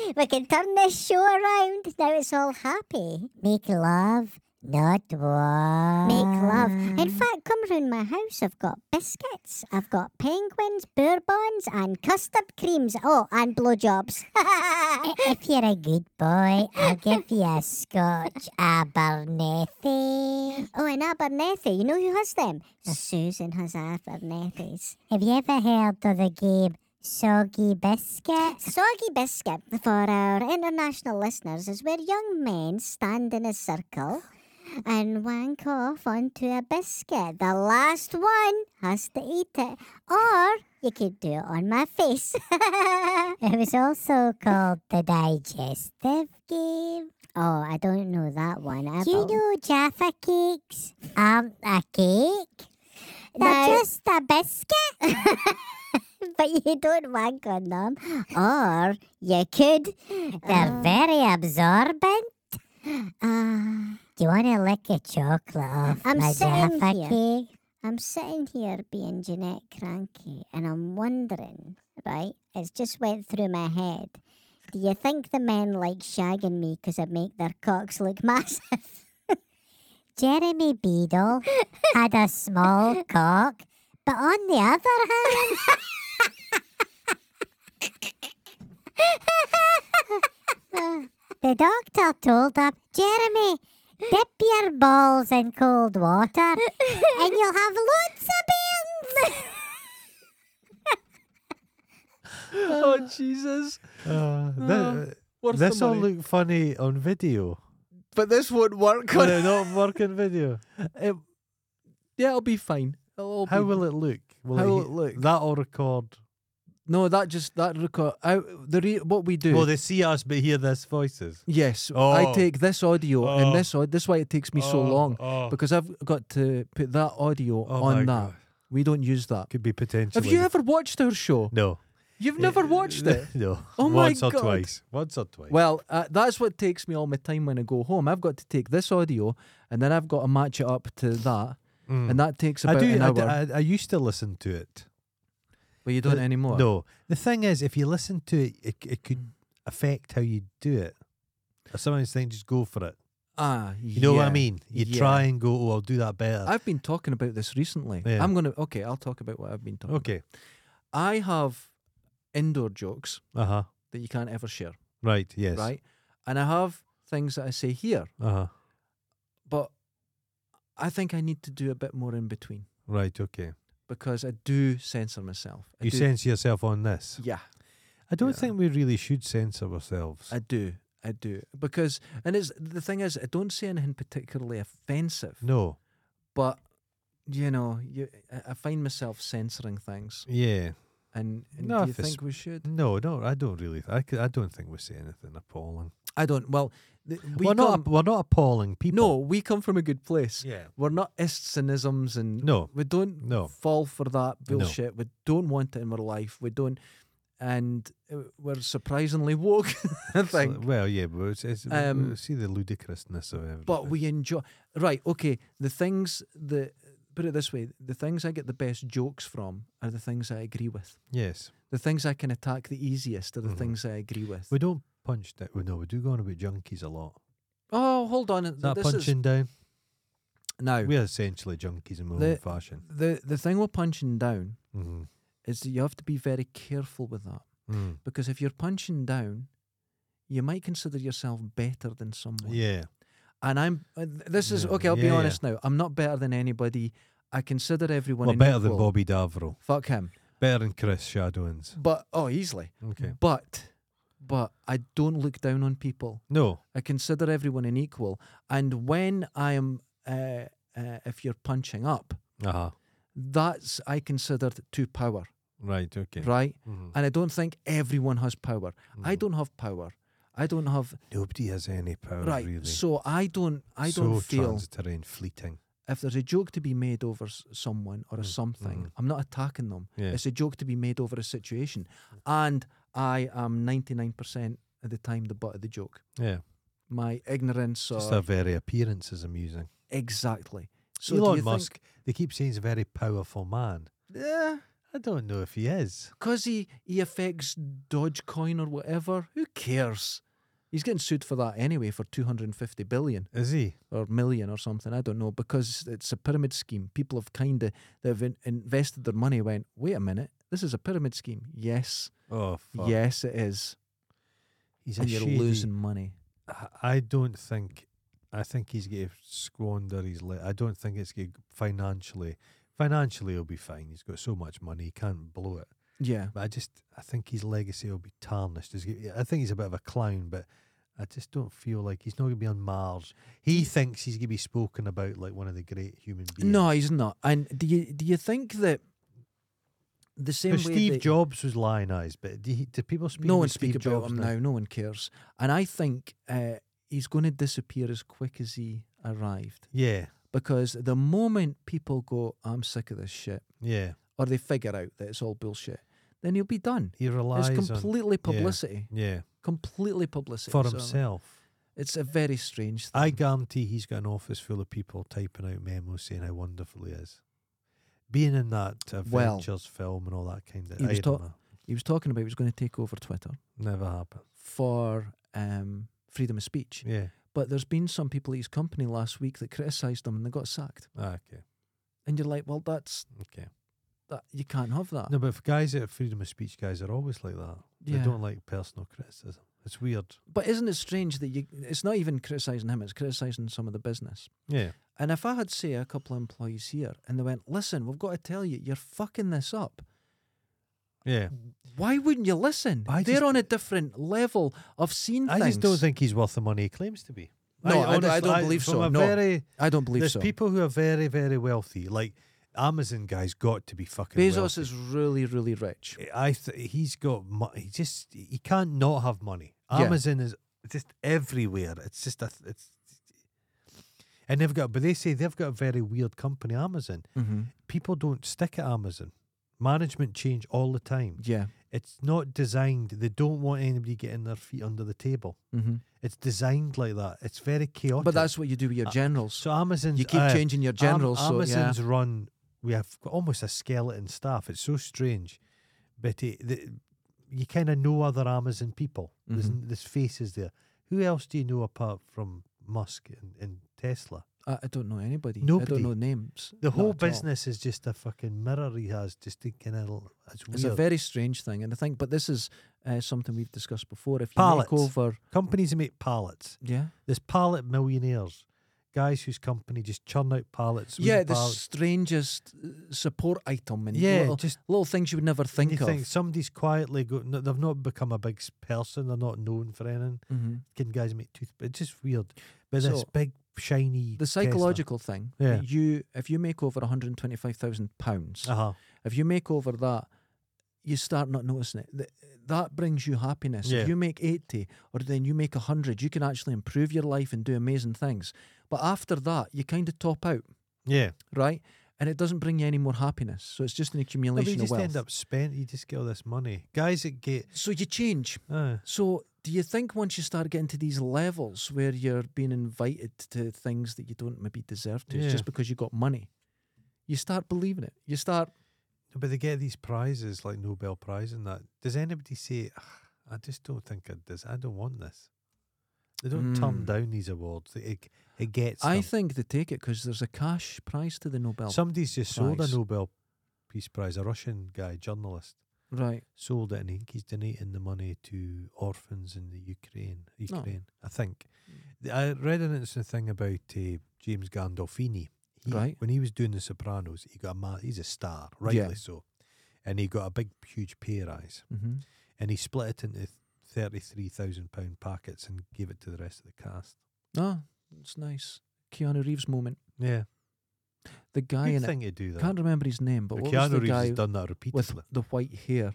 S1: (laughs) we can turn this show around. Now it's all happy. Make love, not war. Make love. In fact, come round my house. I've got biscuits, I've got penguins, bourbons, and custard creams. Oh, and blowjobs. (laughs) if you're a good boy, I'll give you a scotch Abernethy. Oh, an Abernethy. You know who has them? Susan has Abernethys. Have you ever heard of the game? Soggy Biscuit. Soggy Biscuit, for our international listeners, is where young men stand in a circle and wank off onto a biscuit. The last one has to eat it, or you could do it on my face. (laughs) it was also called the digestive game. Oh, I don't know that one. Ever. You know Jaffa cakes aren't a cake. They're just a biscuit. (laughs) but you don't wank on them. Or you could. They're very absorbent. Uh, Do you want to lick a chocolate off
S4: I'm
S1: my
S4: sitting
S1: Jaffa
S4: here.
S1: cake? I'm sitting here being Jeanette Cranky and I'm wondering, right? It's just went through my head. Do you think the men like shagging me because I make their cocks look (laughs) massive?
S4: Jeremy Beadle had a
S1: (laughs)
S4: small cock, but on the other hand, (laughs) the doctor told him, Jeremy, dip your balls in cold water and you'll have lots of beans. (laughs)
S3: (laughs)
S2: oh Jesus!
S3: Uh, th-
S2: Oh, Worth
S3: this
S2: the
S3: all
S2: money.
S3: look funny
S2: (laughs)
S3: on video.
S2: but this won't work.
S3: Will
S2: On
S3: it not work
S2: (laughs)
S3: on video?
S2: it. (laughs) Yeah, it'll be fine. It'll all
S3: How
S2: be,
S3: will it look? Will
S2: How will
S3: he-
S2: it look?
S3: That or record?
S2: No, that just that record. I, the re, what we do.
S3: Well, they see us but hear this voices.
S2: yes, I
S3: Oh.
S2: take this audio
S3: Oh.
S2: and this. au- This is why it takes me so
S3: Oh,
S2: long
S3: oh.
S2: because I've got to put that audio
S3: Oh my
S2: on that.
S3: God.
S2: We don't use that.
S3: Could be potentially.
S2: Have you ever watched our show?
S3: No.
S2: You've never watched it.
S3: (laughs) no.
S2: Oh my
S3: Once or
S2: God.
S3: twice. Once or twice.
S2: Well, uh, that's what takes me all my time when I go home. I've got to take this audio and then I've got to match it up to that, and that takes
S3: Hmm. Mm. I
S2: about an
S3: do. I,
S2: hour.
S3: d- I- I used to listen to it.
S2: but you don't
S3: Uh,
S2: anymore.
S3: No. The thing is, if you listen to it, it, it could affect how you do it. Or sometimes think just go for it.
S2: Ah,
S3: You know what I
S2: yeah,
S3: mean? You
S2: yeah.
S3: try and go, oh, I'll do that better.
S2: I've been talking about this recently.
S3: Yeah.
S2: I'm gonna okay. I'll talk about what I've been talking.
S3: okay.
S2: About. I have indoor jokes
S3: Uh huh.
S2: that you can't ever share,
S3: Right. Yes.
S2: right? And I have things that I say here,
S3: Uh huh.
S2: but I think I need to do a bit more in between
S3: Right. Okay.
S2: because I do censor myself. I
S3: You
S2: do,
S3: censor yourself on this.
S2: yeah,
S3: I don't
S2: Yeah.
S3: think we really should censor ourselves.
S2: I do, I do because and it's the thing is I don't say anything particularly offensive,
S3: no.
S2: but you know, you I- I find myself censoring things,
S3: Yeah.
S2: and, and
S3: No,
S2: do you
S3: if it's- Mm.
S2: think we should?
S3: No, no, I don't really. I, c- I don't think we say anything appalling.
S2: I don't. Well, th- we
S3: We are
S2: come,
S3: not. We're not appalling people.
S2: No, we come from a good place.
S3: Yeah.
S2: We're not ists and isms and
S3: No.
S2: we don't
S3: No.
S2: fall for that
S3: No.
S2: bullshit. We don't want it in our life. We don't and uh, we're surprisingly woke. (laughs) I
S3: It's like-
S2: think,
S3: Well, yeah, but it's, it's, we-
S2: Um,
S3: we see the ludicrousness of everything.
S2: but we enjoy. Right, okay. The things that put it this way: the things I get the best jokes from are the things I agree with.
S3: yes,
S2: The things I can attack the easiest are the
S3: Mhm.
S2: things I agree with.
S3: we don't punch down. Well, no, we do go on about junkies a lot.
S2: oh, hold on.
S3: Is that
S2: this
S3: punching down?
S2: is now
S3: We're essentially junkies in our
S2: The-
S3: own fashion.
S2: the the thing we're punching down
S3: hmm
S2: is that you have to be very careful with that
S3: Mm.
S2: because if you're punching down, you might consider yourself better than someone.
S3: Yeah.
S2: And I'm. uh, th- This is
S3: Yeah,
S2: okay. I'll be
S3: yeah, yeah.
S2: honest now. I'm not better than anybody. I consider everyone.
S3: Well,
S2: an
S3: better than
S2: equal.
S3: Bobby Davro.
S2: Fuck him.
S3: Better than Chris Shadowins.
S2: But oh, easily.
S3: Okay.
S2: But, but I don't look down on people.
S3: No.
S2: I consider everyone an equal. And when I am, uh, uh, if you're punching up,
S3: Uh huh.
S2: that's I considered to power,
S3: Right. Okay.
S2: right?
S3: Mhm.
S2: And I don't think everyone has power. I
S3: Mhm.
S2: don't have power. I don't have
S3: Nobody has any power,
S2: right.
S3: really.
S2: So I don't. I
S3: so
S2: don't feel.
S3: transitory and fleeting.
S2: if there's a joke to be made over s- someone or a something,
S3: mhm.
S2: I'm not attacking them.
S3: Yeah.
S2: It's a joke to be made over a situation. And I am 99% of the time the butt of the joke.
S3: Yeah.
S2: My ignorance
S3: Just
S2: or.
S3: their very appearance is amusing.
S2: exactly. So do
S3: Elon
S2: you
S3: Musk, they keep saying he's a very powerful man.
S2: Think, yeah.
S3: I don't know if he is.
S2: Because he, he affects Dogecoin or whatever, who cares? He's getting sued for that anyway for 250 billion
S3: Is he?
S2: or million or something. I don't know because it's a pyramid scheme. People have kind of they've in- invested their money. Went wait a minute, this is a pyramid scheme. Yes,
S3: Oh, fuck.
S2: Yes, it is.
S3: He's
S2: And you're
S3: shady-
S2: losing money.
S3: I- I don't think. I think he's going to squander his. Li- I don't think it's going financially. Financially, he'll be fine. He's got so much money, he can't blow it.
S2: Yeah.
S3: But I just, I think his legacy will be tarnished. He's g- I think he's a bit of a clown, but I just don't feel like he's not going to be on Mars. He thinks he's going to be spoken about like one of the great human beings.
S2: No, he's not. And do you do you think that the same
S3: But
S2: way
S3: Steve
S2: that-
S3: Jobs was lionized, but do, he, do people speak?
S2: no
S3: about
S2: one speak
S3: Steve
S2: about
S3: Jobs
S2: him now. No one cares. And I think uh, he's going to disappear as quick as he arrived
S3: Yeah,
S2: because the moment people go, "I'm sick of this shit,"
S3: yeah.
S2: or they figure out that it's all bullshit, then he'll be done.
S3: He relies
S2: It's completely
S3: yeah.
S2: publicity.
S3: on yeah
S2: Completely publicity
S3: for
S2: So
S3: himself.
S2: It's a very strange thing.
S3: I guarantee he's got an office full of people typing out memos saying how wonderful he is. Being in that Avengers
S2: Well,
S3: film and all that kind of
S2: he was
S3: I
S2: ta-
S3: don't know.
S2: he was talking about he was going to take over Twitter
S3: never happened.
S2: for um, freedom of speech,
S3: Yeah.
S2: but there's been some people at his company last week that criticised him and they got sacked.
S3: Ah, okay.
S2: And you're like, well, that's
S3: Okay.
S2: that you can't have that.
S3: No, but if guys at freedom of speech guys are always like that.
S2: Yeah.
S3: They don't like personal criticism. It's weird.
S2: But isn't it strange that you? It's not even criticising him; it's criticising some of the business.
S3: Yeah.
S2: And if I had say a couple of employees here, and they went, "Listen, we've got to tell you, you're fucking this up."
S3: Yeah.
S2: Why wouldn't you listen?
S3: I
S2: They're
S3: just-
S2: on a different level of seeing
S3: I
S2: things.
S3: just don't think he's worth the money he claims to be.
S2: No, I d- I don't believe
S3: from
S2: so.
S3: a
S2: No,
S3: very-
S2: I don't believe
S3: there's
S2: so.
S3: people who are very, very wealthy. Like Amazon guys got to be fucking
S2: Bezos
S3: wealthy.
S2: is really, really rich.
S3: I th- he's got mo- he just he can't not have money.
S2: Yeah.
S3: Amazon is just everywhere. It's just a th- it's and they've got but they say they've got a very weird company Amazon.
S2: Mm-hmm.
S3: People don't stick at Amazon. Management change all the time.
S2: Yeah.
S3: It's not designed. They don't want anybody getting their feet under the table.
S2: Mm-hmm.
S3: It's designed like that. It's very chaotic.
S2: But that's what you do with your
S3: Uh,
S2: generals.
S3: so Amazon's
S2: you keep
S3: uh,
S2: changing your
S3: Am-
S2: generals. so yeah.
S3: Amazon's run, we have got almost a skeleton staff. It's so strange, but it, the, you kind of know other Amazon people. There's,
S2: Mhm.
S3: n- there's faces there. Who else do you know apart from Musk and, and Tesla?
S2: Uh, I, I don't know anybody. I
S3: Nobody.
S2: don't know names.
S3: The
S2: Not
S3: whole
S2: at all.
S3: business is just a fucking mirror he has, just to kind of. It's weird.
S2: It's a very strange thing, and I think. But this is uh, something we've discussed before. If you
S3: Pallets.
S2: make over,
S3: Companies that make pallets.
S2: yeah,
S3: There's pallet millionaires, guys whose company just churn out pallets.
S2: yeah, the
S3: pallets.
S2: strangest uh, support item and
S3: yeah,
S2: little,
S3: just
S2: little things you would never think
S3: you
S2: of.
S3: think somebody's quietly go, no, they've not become a big s- person, they're not known for anything.
S2: Mhm.
S3: Can guys make tooth? It's just weird. But this
S2: So,
S3: big shiny
S2: The psychological thing.
S3: Yeah.
S2: that You, if you make over one hundred twenty-five thousand pounds,
S3: Uh huh.
S2: if you make over that, you start not noticing it. Th- That brings you happiness.
S3: Yeah.
S2: If you make 80 or then you make 100, you can actually improve your life and do amazing things. But after that, you kind of top out,
S3: Yeah.
S2: right? and it doesn't bring you any more happiness. So it's just an
S3: No, but
S2: accumulation
S3: you just
S2: of wealth.
S3: end up spent. You just get all this money. Guys that get
S2: so you change.
S3: uh,
S2: So do you think once you start getting to these levels where you're being invited to things that you don't maybe deserve to,
S3: Yeah.
S2: it's just because you got money, you start believing it. You start
S3: but they get these prizes like Nobel Prize and that. Does anybody say, "Ah, I just don't think I this. I don't want this. They don't turn
S2: Mm.
S3: down these awards. They- It it gets.
S2: I
S3: them.
S2: think they take it because there's a cash prize to the Nobel.
S3: Somebody's just sold a
S2: Prize.
S3: Nobel Peace Prize. A Russian guy, journalist,
S2: right.
S3: sold it, and I think he's donating the money to orphans in the Ukraine.
S2: No.
S3: Ukraine, I think.
S2: Hmm.
S3: Th- I read an interesting thing about uh, James Gandolfini. He,
S2: Right.
S3: When he was doing The Sopranos, he got a ma- he's a star, rightly
S2: Yeah.
S3: so, and he got a big, huge pay rise,
S2: Mm-hmm.
S3: and he split it into thirty-three thousand pound packets and gave it to the rest of the cast.
S2: Oh, it's nice. Keanu Reeves moment.
S3: Yeah,
S2: The guy
S3: good
S2: in
S3: thing to do
S2: it.
S3: that.
S2: uh, Can't remember his name, but
S3: But
S2: what was
S3: Keanu
S2: the
S3: Reeves
S2: guy
S3: has done that
S2: with
S3: repeatedly.
S2: the white hair,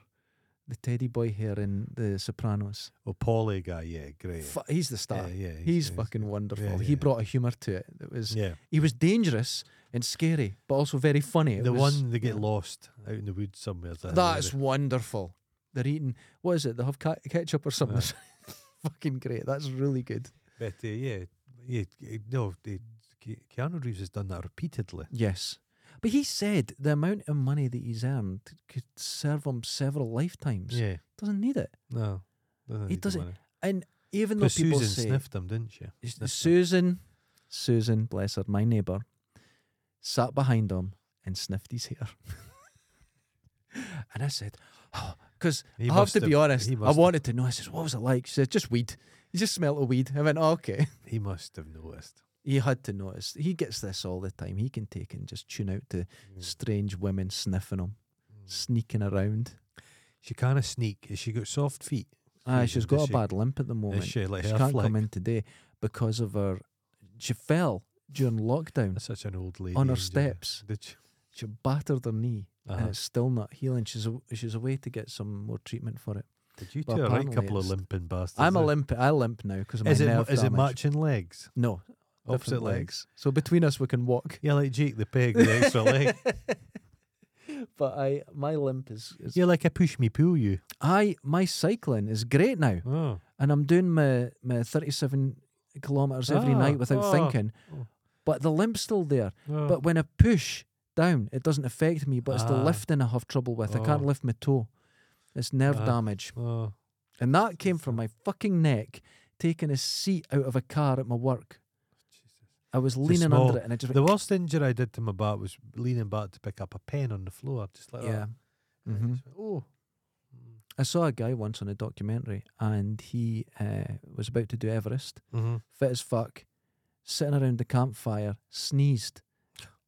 S2: the teddy boy hair in The Sopranos?
S3: Oh, Paulie guy, yeah, great.
S2: Fu- he's the star.
S3: Yeah, yeah,
S2: he's, fucking wonderful. He
S3: yeah.
S2: brought a humour to it. It was
S3: Yeah,
S2: he was dangerous and scary, but also very funny. It
S3: the
S2: was-
S3: one they get
S2: yeah.
S3: lost out in the woods somewhere.
S2: That's
S3: hilarious.
S2: wonderful. They're eating. What is it? They have ca- ketchup or something.
S3: Yeah.
S2: (laughs) fucking great. That's really good.
S3: but uh, yeah, yeah, eh, no, eh, Ke- Keanu Reeves has done that repeatedly.
S2: Yes. But he said the amount of money that he's earned could serve him several lifetimes.
S3: Yeah,
S2: Doesn't need it.
S3: no, doesn't.
S2: He
S3: need the
S2: doesn't-
S3: money.
S2: And even though
S3: But
S2: people
S3: Susan
S2: say
S3: sniffed him, didn't she?
S2: S-
S3: sniffed him.
S2: Susan, Susan, bless her, my neighbour, sat behind him and sniffed his hair. (laughs) and I said, because
S3: He
S2: I have
S3: must
S2: to be
S3: have-
S2: honest,
S3: he
S2: I
S3: must have-
S2: wanted to know. I said, what was it like? She said, just weed. You just smelt of weed. I went, "Oh, okay.
S3: He must have noticed.
S2: He had to notice. He gets this all the time. He can take and just tune out to
S3: Mm.
S2: strange women sniffing him, sneaking around.
S3: She kind of sneak. Has she got soft feet?
S2: Ah,
S3: Susan,
S2: she's
S3: does
S2: got a
S3: she-
S2: bad limp at the moment.
S3: Is she like
S2: she
S3: her
S2: can't
S3: flick?
S2: come in today because of her. She fell during lockdown.
S3: That's such an old lady.
S2: on her
S3: isn't she?
S2: steps.
S3: Did she?
S2: She battered her knee
S3: Uh-huh.
S2: and it's still not healing. She's a, she's away to get some more treatment for it.
S3: Did you
S2: Well,
S3: two are a right
S2: apparently
S3: couple of
S2: it's-
S3: limping bastards?
S2: I'm a
S3: eh?
S2: limp. I limp now because of my
S3: Is it mu-
S2: nerve
S3: is it
S2: damage.
S3: matching legs?
S2: No,
S3: Opposite
S2: different
S3: legs.
S2: So between us, we can walk.
S3: (laughs) Yeah, like Jake the pig with the
S2: (laughs)
S3: extra leg.
S2: But I, my limp is, is
S3: You're like a push me pull you.
S2: I, my cycling is great now,
S3: Oh.
S2: and I'm doing my my 37 kilometers every
S3: Ah,
S2: night without
S3: ah,
S2: thinking.
S3: oh.
S2: But the limp's still there.
S3: oh.
S2: But when I push down, it doesn't affect me. But it's the
S3: Ah.
S2: lifting I have trouble with. I can't
S3: Oh.
S2: lift my toe. It's nerve
S3: Ah.
S2: damage.
S3: oh.
S2: And that came from my fucking neck taking a seat out of a car at my work. I was leaning
S3: small-
S2: under it and I just
S3: The worst injury I did to my back was leaning back to pick up a pen on the floor, just like
S2: yeah.
S3: that. And I
S2: hmm
S3: just went, Oh,
S2: I saw a guy once on a documentary and he uh, was about to do Everest,
S3: Mhm.
S2: fit as fuck, sitting around the campfire, sneezed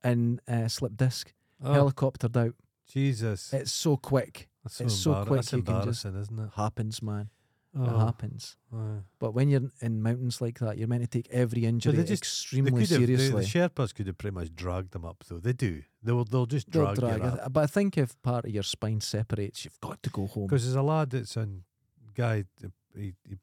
S2: and uh, slipped disc,
S3: oh
S2: helicoptered out.
S3: Jesus,
S2: It's so quick.
S3: that's so,
S2: it's so
S3: embar-
S2: quick
S3: that's
S2: you can Uh-huh.
S3: embarrassing, isn't it?
S2: It happens, man.
S3: Oh.
S2: It happens.
S3: aye.
S2: But when you're in mountains like that, you're meant to take every injury
S3: just- they They
S2: extremely
S3: could have, the, the
S2: seriously.
S3: Sherpas could have pretty much dragged them up, though. They do. They'll they'll just
S2: They'll
S3: drag, you
S2: I
S3: up.
S2: th- But I think if part of your spine separates, you've got to go home.
S3: Because there's a lad that's on guy uh, he, he,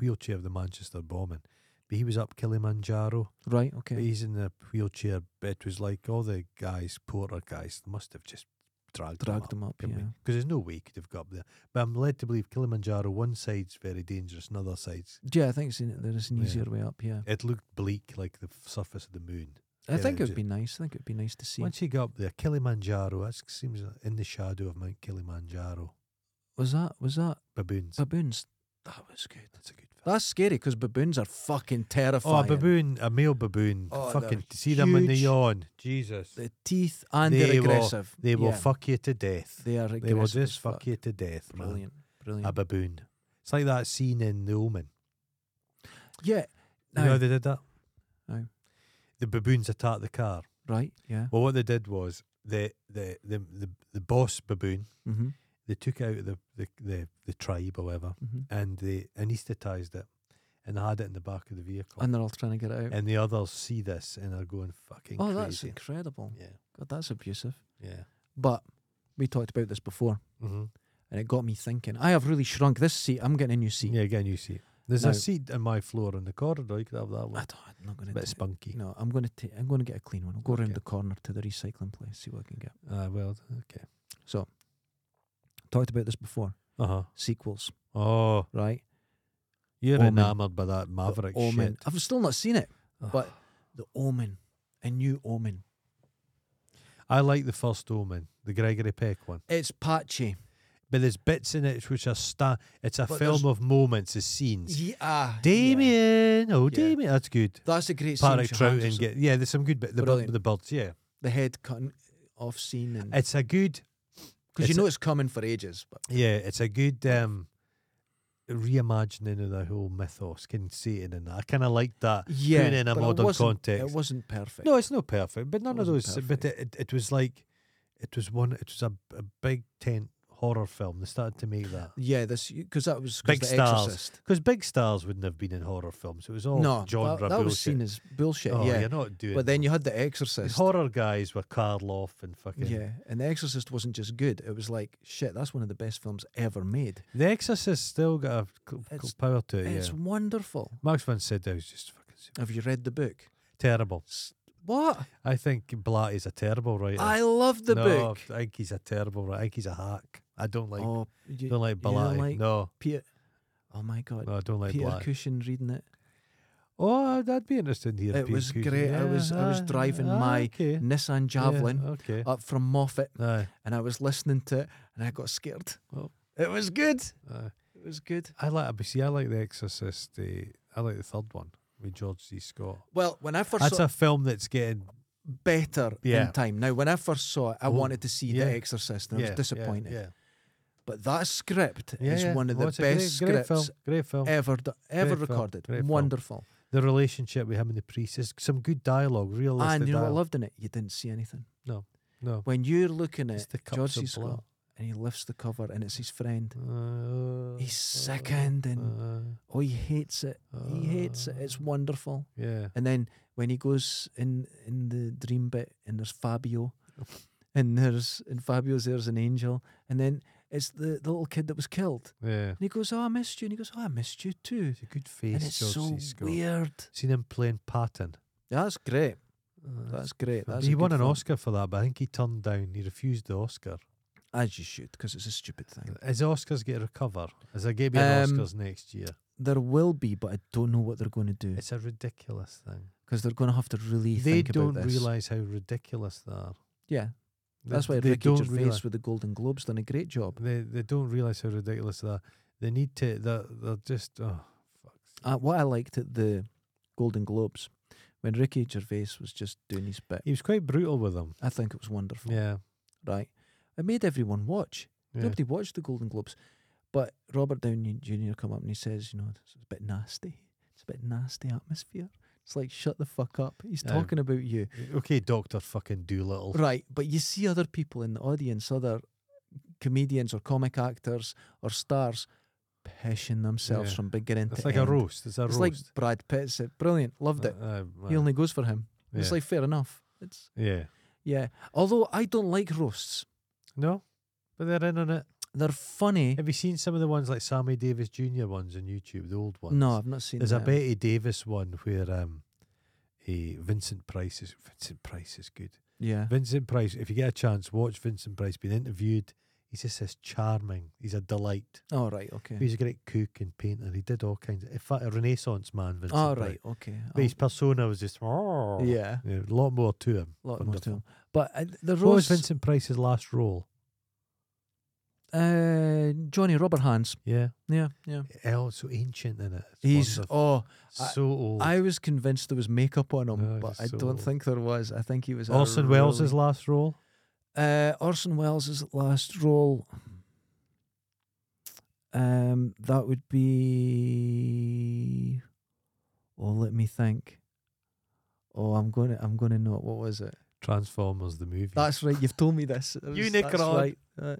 S3: wheelchair of the Manchester bombing, but he was up Kilimanjaro.
S2: Right,
S3: But
S2: okay.
S3: he's in the wheelchair. But it was like all the guys, porter guys, must have just dragged
S2: Dragged
S3: him
S2: them up,
S3: up.
S2: yeah.
S3: Because there's no way he could have got up there. But I'm led to believe Kilimanjaro, one side's very dangerous, and other side's.
S2: Yeah, I think it's in, there is an
S3: Yeah.
S2: easier way up, yeah.
S3: It looked bleak, like the f- surface of the moon.
S2: I
S3: Yeah,
S2: think it
S3: ju-
S2: would be nice. I think it would be nice to see.
S3: Once he got up there, Kilimanjaro, that seems uh, in the shadow of Mount Kilimanjaro.
S2: Was that, was that
S3: Baboons.
S2: baboons? That was good.
S3: That's a good film.
S2: That's scary because baboons are fucking
S3: Oh, a
S2: terrifying.
S3: baboon, a male baboon.
S2: Oh, they're
S3: fucking to see them when they
S2: huge.
S3: yawn. Jesus.
S2: The teeth and
S3: They
S2: they're
S3: will-
S2: aggressive.
S3: They will
S2: Yeah,
S3: fuck you to death.
S2: They are aggressive.
S3: They will just
S2: as
S3: fuck,
S2: fuck.
S3: you to death, man.
S2: Brilliant. Brilliant.
S3: A baboon. It's like that scene in The Omen.
S2: yeah.
S3: You
S2: Aye.
S3: know how they did that?
S2: Aye.
S3: The baboons attacked the car.
S2: Right, yeah.
S3: Well, what they did was the the the the, the boss baboon.
S2: Mm-hmm.
S3: They took out the the, the, the tribe or whatever,
S2: hmm
S3: and they anaesthetized it, and they had it in the back of the vehicle. And,
S2: And they're all trying to get it out.
S3: the others see this and are going fucking
S2: Oh,
S3: crazy.
S2: that's incredible.
S3: yeah,
S2: God, that's abusive.
S3: yeah.
S2: But we talked about this before.
S3: Mm-hmm.
S2: and it got me thinking. I have really shrunk this seat. I'm getting a new seat.
S3: Yeah, again, you see. There's
S2: Now-
S3: a seat in my floor in the corridor. You could have that
S2: I
S3: one.
S2: don't, I'm not going
S3: A
S2: to.
S3: bit spunky.
S2: No, I'm going to take. I'm going to get a clean one. I'll go round
S3: Okay.
S2: the corner to the recycling place, see what I can get.
S3: Ah, well, okay.
S2: So, talked about this before.
S3: Uh huh.
S2: Sequels,
S3: Oh,
S2: right?
S3: you're
S2: Omen.
S3: enamoured by that
S2: The
S3: Maverick
S2: Omen.
S3: shit.
S2: I've still not seen it,
S3: Ugh.
S2: but the Omen, a new Omen.
S3: I like the first Omen, the Gregory Peck one.
S2: It's patchy.
S3: But there's bits in it which are sta- It's a
S2: But there's-
S3: film of moments, of scenes. ah,
S2: Yeah, yeah.
S3: Damien, oh
S2: Yeah.
S3: Damien, that's good.
S2: That's a great
S3: Patrick
S2: scene.
S3: Trout
S2: Johansson.
S3: and get yeah. There's some good bit. The, bu-
S2: Brilliant.
S3: the birds, yeah.
S2: the head cutting off scene, and
S3: It's a good
S2: because you
S3: it's
S2: know it's coming for ages. But
S3: Yeah, it's a good um, reimagining of the whole mythos. Can see it in that. I kind of like that.
S2: yeah,
S3: put it in a
S2: but
S3: modern
S2: wasn't-
S3: context.
S2: It wasn't perfect.
S3: No, it's not perfect, but none of
S2: wasn't
S3: those. But it, it, it was like, it was one. It was a, a big tent horror film. They started to make that
S2: Yeah, this because that was 'cause
S3: Big
S2: the
S3: stars.
S2: Exorcist.
S3: because big stars wouldn't have been in horror films. It was all
S2: no,
S3: genre
S2: that, that
S3: bullshit.
S2: was seen as bullshit.
S3: oh,
S2: yeah,
S3: you're not doing.
S2: but then
S3: that.
S2: you had the
S3: The
S2: Exorcist.
S3: horror guys were Karloff and fucking.
S2: Yeah, and The Exorcist wasn't just good; it was like shit. That's one of the best films ever made.
S3: The Exorcist still got a c- c-
S2: It's-
S3: power to it.
S2: It's
S3: yeah.
S2: wonderful.
S3: Max von Sydow is just fucking super-
S2: Have you read the book?
S3: terrible.
S2: What?
S3: I think Blatty's a terrible writer.
S2: I love the
S3: no,
S2: book.
S3: I think he's a terrible writer. I think he's a hack. I don't like.
S2: oh, you,
S3: don't like
S2: don't
S3: Blatty.
S2: like
S3: no,
S2: Peter. Oh my God,
S3: no, I don't like
S2: Peter
S3: Blatty.
S2: Cushing reading it.
S3: Oh, that'd be interesting here.
S2: It was great. I was- I was driving my
S3: okay.
S2: Nissan
S3: Yeah,
S2: Javelin Uh,
S3: okay.
S2: up from Moffat,
S3: Aye,
S2: and I was listening to it, and I got scared.
S3: Oh.
S2: It was good.
S3: aye.
S2: It was good.
S3: I like. but See, I like The Exorcist. Uh, I like the third one with George C. Scott.
S2: Well, when I first
S3: That's
S2: saw
S3: a film that's getting.
S2: better
S3: Yeah.
S2: in time. Now, when I first saw it, I
S3: Oh,
S2: wanted to see
S3: yeah.
S2: The Exorcist, and
S3: yeah,
S2: I was disappointed.
S3: Yeah,
S2: But that script
S3: yeah.
S2: is
S3: yeah.
S2: one of
S3: Well,
S2: the
S3: it's a great-
S2: best
S3: great
S2: scripts
S3: film. Great film.
S2: ever do- ever
S3: Great film,
S2: recorded.
S3: great film.
S2: Wonderful.
S3: the relationship with him and the priest is some good dialogue, realistic
S2: And you know what I
S3: dialogue.
S2: loved in it? You didn't see anything.
S3: no,
S2: When you're looking
S3: it's
S2: at
S3: the cups
S2: George
S3: of
S2: C. Scott Uh, and he lifts the cover and it's his friend,
S3: blood.
S2: he's
S3: Uh,
S2: sickened and
S3: uh,
S2: oh, he hates it. He hates it. It's
S3: uh,
S2: wonderful.
S3: yeah.
S2: And then when he goes in in the dream bit, and there's (laughs) Fabio, and there's and Fabio's there's an angel, and then it's the, the little kid that was killed,
S3: Yeah.
S2: and he goes, "Oh, I missed you," and he goes, "Oh, I missed you too,"
S3: It's a good
S2: and
S3: face,
S2: it's
S3: George
S2: so
S3: C. Scott.
S2: weird.
S3: Seen him playing Patton.
S2: That's great.
S3: Uh,
S2: Oh, That's great. That's a
S3: he
S2: good
S3: won an
S2: film.
S3: Oscar for that, but I think he turned down. He refused the Oscar.
S2: as you should, because it's a stupid thing.
S3: Is Oscars get a recover? Is there going to be an
S2: Um,
S3: Oscars next year?
S2: There will be, but I don't know what they're going to do
S3: It's a ridiculous thing.
S2: because they're going to have to really
S3: They
S2: think
S3: don't
S2: about this.
S3: realize how ridiculous they are.
S2: yeah,
S3: They-
S2: that's why
S3: they
S2: Ricky
S3: don't
S2: Gervais
S3: realise-
S2: with the Golden Globes done a great job.
S3: They they don't realize how ridiculous they are. They need to. They're, they're just oh fuck.
S2: Uh, what I liked at the Golden Globes when Ricky Gervais was just doing his bit,
S3: He was quite brutal with them.
S2: I think it was wonderful.
S3: Yeah.
S2: Right, it made everyone watch.
S3: yeah.
S2: Nobody watched the Golden Globes, but Robert Downey Jr. come up and he says, you know, it's a bit nasty. It's a bit nasty atmosphere. It's like shut the fuck up. He's
S3: Aye.
S2: talking about you.
S3: (laughs) Okay, Doctor fucking Doolittle.
S2: Right, but you see other people in the audience, other comedians or comic actors or stars pissing themselves
S3: Yeah.
S2: from beginning
S3: It's
S2: to
S3: like
S2: end.
S3: a roast. It's a
S2: It's
S3: roast.
S2: like Brad Pitt said, brilliant, loved it.
S3: Uh, uh,
S2: he
S3: uh,
S2: only goes for him.
S3: yeah.
S2: It's like fair enough. It's
S3: yeah.
S2: yeah. Although I don't like roasts.
S3: No, but they're in on it.
S2: They're funny.
S3: Have you seen some of the ones like Sammy Davis Jr. ones on YouTube, the old ones?
S2: No, I've not seen
S3: There's a
S2: them.
S3: Betty Davis one where um, a Vincent Price is Vincent Price is good.
S2: Yeah.
S3: Vincent Price, if you get a chance, watch Vincent Price being interviewed. He's just this charming. He's a delight.
S2: All right. Okay.
S3: He's a great cook and painter. He did all kinds. Of, in fact, a Renaissance man. Vincent
S2: All
S3: Price.
S2: right. Okay.
S3: But his persona was just.
S2: I'll- yeah.
S3: Yeah, a lot more to him.
S2: A lot more to
S3: Wonderful.
S2: 'em. But uh, the
S3: What
S2: roast.
S3: was Vincent Price's last role?
S2: uh, Johnny Rubber Hands.
S3: Yeah.
S2: Yeah. Yeah.
S3: Oh, so ancient in it. It's
S2: He's oh.
S3: wonderful.
S2: I-
S3: so old.
S2: I was convinced there was makeup on him,
S3: No,
S2: but
S3: he's
S2: I
S3: so
S2: don't
S3: old.
S2: think there was. I think he was a
S3: Orson Welles'
S2: really-
S3: last role.
S2: uh, Orson Welles' last role. Um, that would be. Oh, let me think. Oh, I'm gonna, I'm gonna know what was it.
S3: Transformers the movie.
S2: That's right. You've told me this. It was- that's
S3: Unicron.
S2: right. Uh,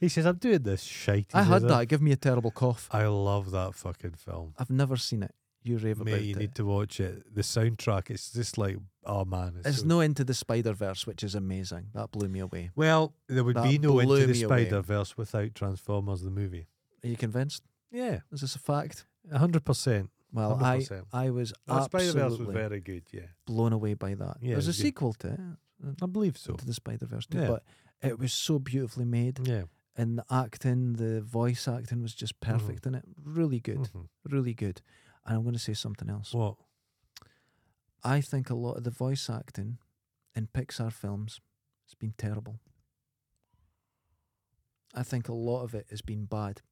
S3: he says, "I'm doing this shite." He
S2: I
S3: says,
S2: had that. Give me a terrible cough.
S3: I love that fucking film.
S2: I've never seen it. You rave
S3: Mate,
S2: about
S3: you
S2: it.
S3: need to watch it. The soundtrack, it's just like, oh man, it's,
S2: it's
S3: so-
S2: no into the Spider Verse, which is amazing. That blew me away.
S3: Well, there would
S2: That
S3: be no
S2: blew
S3: Into
S2: me
S3: the
S2: away.
S3: Spider Verse without Transformers the movie.
S2: Are you convinced?
S3: Yeah,
S2: Is this a fact?
S3: hundred percent.
S2: Well, I
S3: 100%.
S2: I was
S3: Spider Verse was
S2: absolutely
S3: very good. Yeah,
S2: blown away by that.
S3: Yeah, it
S2: There's a
S3: was good.
S2: sequel to it,
S3: I believe so.
S2: to the Spider Verse,
S3: Yeah.
S2: but it was so beautifully made,
S3: Yeah,
S2: and the acting, the voice acting was just
S3: Mm-hmm.
S2: perfect in it. Really good,
S3: mhm.
S2: really good. And I'm going to say something else.
S3: What?
S2: I think a lot of the voice acting in Pixar films has been terrible. I think a lot of it has been bad.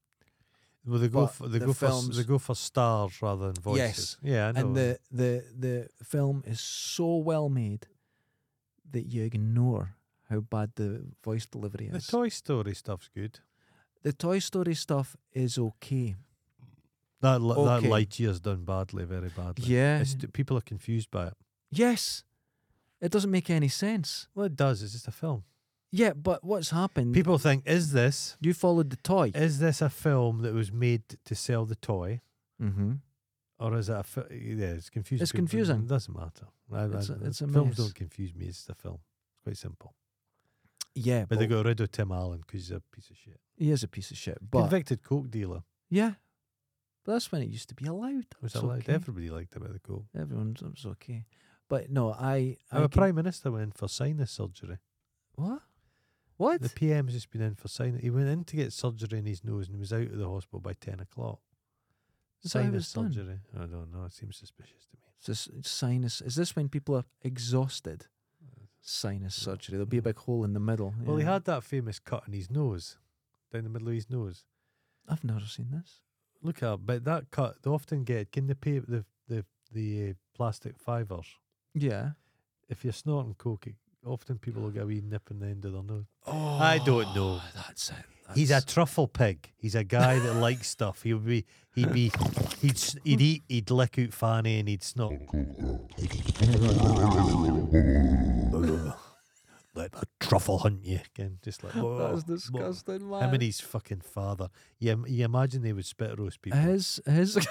S3: Well, they go
S2: But
S3: for they
S2: the
S3: go for s-
S2: films-
S3: they go for stars rather than voices. Yeah, I know.
S2: and the, the the film is so well made that you ignore how bad the voice delivery
S3: the
S2: is.
S3: Toy Story stuff's good.
S2: the Toy Story stuff is okay.
S3: That li- that
S2: Okay.
S3: Lightyear's done badly, very badly.
S2: Yeah.
S3: It's, people are confused by it.
S2: Yes. It doesn't make any sense.
S3: Well, it does. It's just a film.
S2: Yeah, but what's happened?
S3: People Eh. think, is this
S2: you followed the toy.
S3: is this a film that was made to sell the toy,
S2: mm-hmm.
S3: or is it a fi- yeah? It's confusing.
S2: It's
S3: people.
S2: confusing.
S3: It doesn't matter. I,
S2: It's
S3: I-
S2: a- it's a
S3: films
S2: mess.
S3: don't confuse me. It's the film. It's quite simple.
S2: Yeah,
S3: But they
S2: but
S3: got rid of Tim Allen because he's a piece of shit.
S2: he is a piece of shit. But
S3: Convicted coke dealer.
S2: Yeah. But that's when it used to be allowed.
S3: It Was
S2: It's
S3: allowed.
S2: okay.
S3: Everybody liked a bit of coke.
S2: Everyone it was okay. But no, I I
S3: Our
S2: can-
S3: prime minister went in for sinus surgery.
S2: what? What?
S3: The PM's just been in for sinus. He went in to get surgery in his nose and he was out of the hospital by ten o'clock.
S2: Is that how it
S3: Sinus
S2: was done?
S3: surgery. I don't know. It seems suspicious to me.
S2: It's a s- sinus. Is this when people are exhausted? Sinus surgery. There'll be a big hole in the middle.
S3: Mm. Well, he
S2: yeah.
S3: had that famous cut in his nose, down the middle of his nose.
S2: I've never seen this.
S3: Look at but that cut. They often get can they pay the the the uh, plastic fibers.
S2: Yeah.
S3: If you're snorting coke, it, often people will get a wee nip in the end of their nose.
S2: Oh,
S3: I don't know.
S2: That's it.
S3: He's a
S2: that's-
S3: truffle pig. He's a
S2: (laughs)
S3: guy that likes stuff. He would be, he'd be, he'd, s- he'd eat, he'd lick out Fanny and he'd snort.
S2: (laughs)
S3: Let a truffle hunt you again,
S2: (laughs)
S3: just like
S2: That's disgusting, man.
S3: Him and his fucking father. You, im- you imagine they would spit roast people.
S2: his
S3: (laughs)
S2: his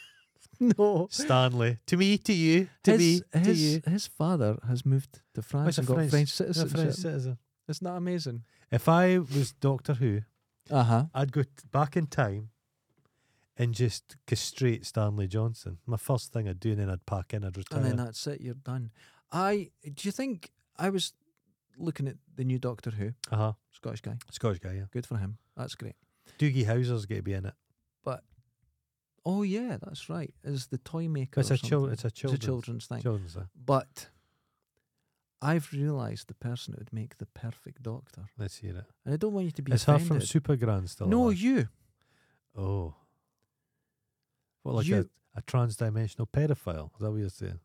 S2: (laughs) no
S3: Stanley, to me, to you, to
S2: his
S3: me, to
S2: his,
S3: you.
S2: his father has moved to
S3: Oh,
S2: France
S3: he's a
S2: and got French,
S3: he's a French
S2: citizenship.
S3: citizen.
S2: Isn't that amazing?
S3: If I was Doctor Who,
S2: Uh huh.
S3: I'd go t- back in time and just castrate Stanley Johnson. My first thing I'd do, and then I'd pack in, I'd retire.
S2: and then that's it. You're done. I do you think I was looking at the new Doctor Who
S3: uh-huh.
S2: Scottish guy?
S3: Scottish guy, yeah.
S2: Good for him. That's great.
S3: Doogie Howser's going to be in it.
S2: But oh yeah, that's right. Is the toy maker?
S3: It's
S2: or
S3: a, chil-
S2: something.
S3: it's a
S2: It's a
S3: children's,
S2: children's thing.
S3: children's thing.
S2: But I've realised the person who would make the perfect Doctor,
S3: Let's hear it.
S2: and I don't want you to be
S3: It's her
S2: offended.
S3: from Supergrand still.
S2: no,
S3: alive?
S2: you.
S3: Oh. What, like
S2: You-
S3: a, a trans dimensional pedophile? Is that what you're saying?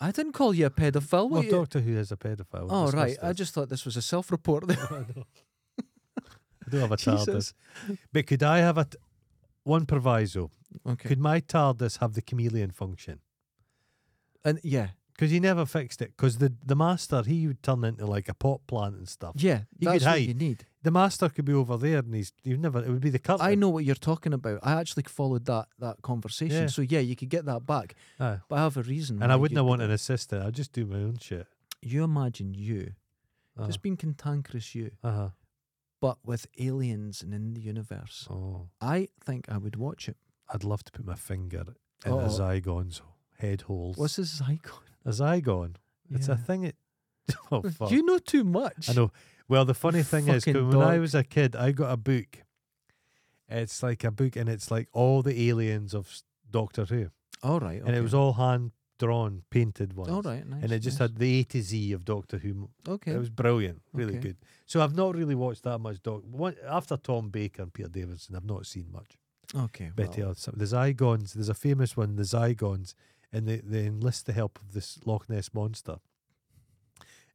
S2: I didn't call you a pedophile.
S3: Well,
S2: what you-
S3: Doctor Who is a pedophile. We
S2: oh
S3: discussed
S2: right, I
S3: this.
S2: just thought this was a self-report.
S3: (laughs) I
S2: (laughs)
S3: know. I do have a TARDIS.
S2: Jesus.
S3: But could I have a t- one proviso?
S2: Okay.
S3: Could my TARDIS have the chameleon function?
S2: and yeah,
S3: Because he never fixed it. Because the, the master, he would turn into like a pot plant and stuff.
S2: yeah,
S3: You could
S2: that's what
S3: hide.
S2: you need.
S3: The master could be over there and he's, you never, it would be the curtain.
S2: I know what you're talking about. I actually followed that that conversation.
S3: Yeah.
S2: So yeah, you could get that back,
S3: Aye.
S2: but Mm, I have a reason.
S3: And I
S2: why
S3: wouldn't
S2: you
S3: have
S2: could-
S3: wanted an assistant. I'd just do my own shit.
S2: You imagine you
S3: Uh,
S2: just being cantankerous, you,
S3: uh-huh.
S2: but with aliens and in the universe.
S3: Oh,
S2: I think I would watch it.
S3: I'd love to put my finger in a
S2: Uh-oh.
S3: Zygon's head holes.
S2: What's this icon?
S3: a Zygon? It's a
S2: Yeah.
S3: thing. It, (laughs) oh, fuck.
S2: You know too much.
S3: I know. Well, the funny thing is, 'cause
S2: Fucking
S3: when I
S2: dog.
S3: was a kid, I got a book. It's like a book, and it's like all the aliens of s- Doctor Who,
S2: All right. Okay.
S3: and it was all hand drawn, painted ones.
S2: all right. Nice,
S3: And it just
S2: nice.
S3: had the A to Z of Doctor Who. m-
S2: okay.
S3: It was brilliant, really
S2: Okay.
S3: good. So I've not really watched that much Doc. One, after Tom Baker and Peter Davidson, I've not seen much.
S2: okay.
S3: Betty
S2: well,
S3: well. The Zygons. There's a famous one, the Zygons, and they, they enlist the help of this Loch Ness monster.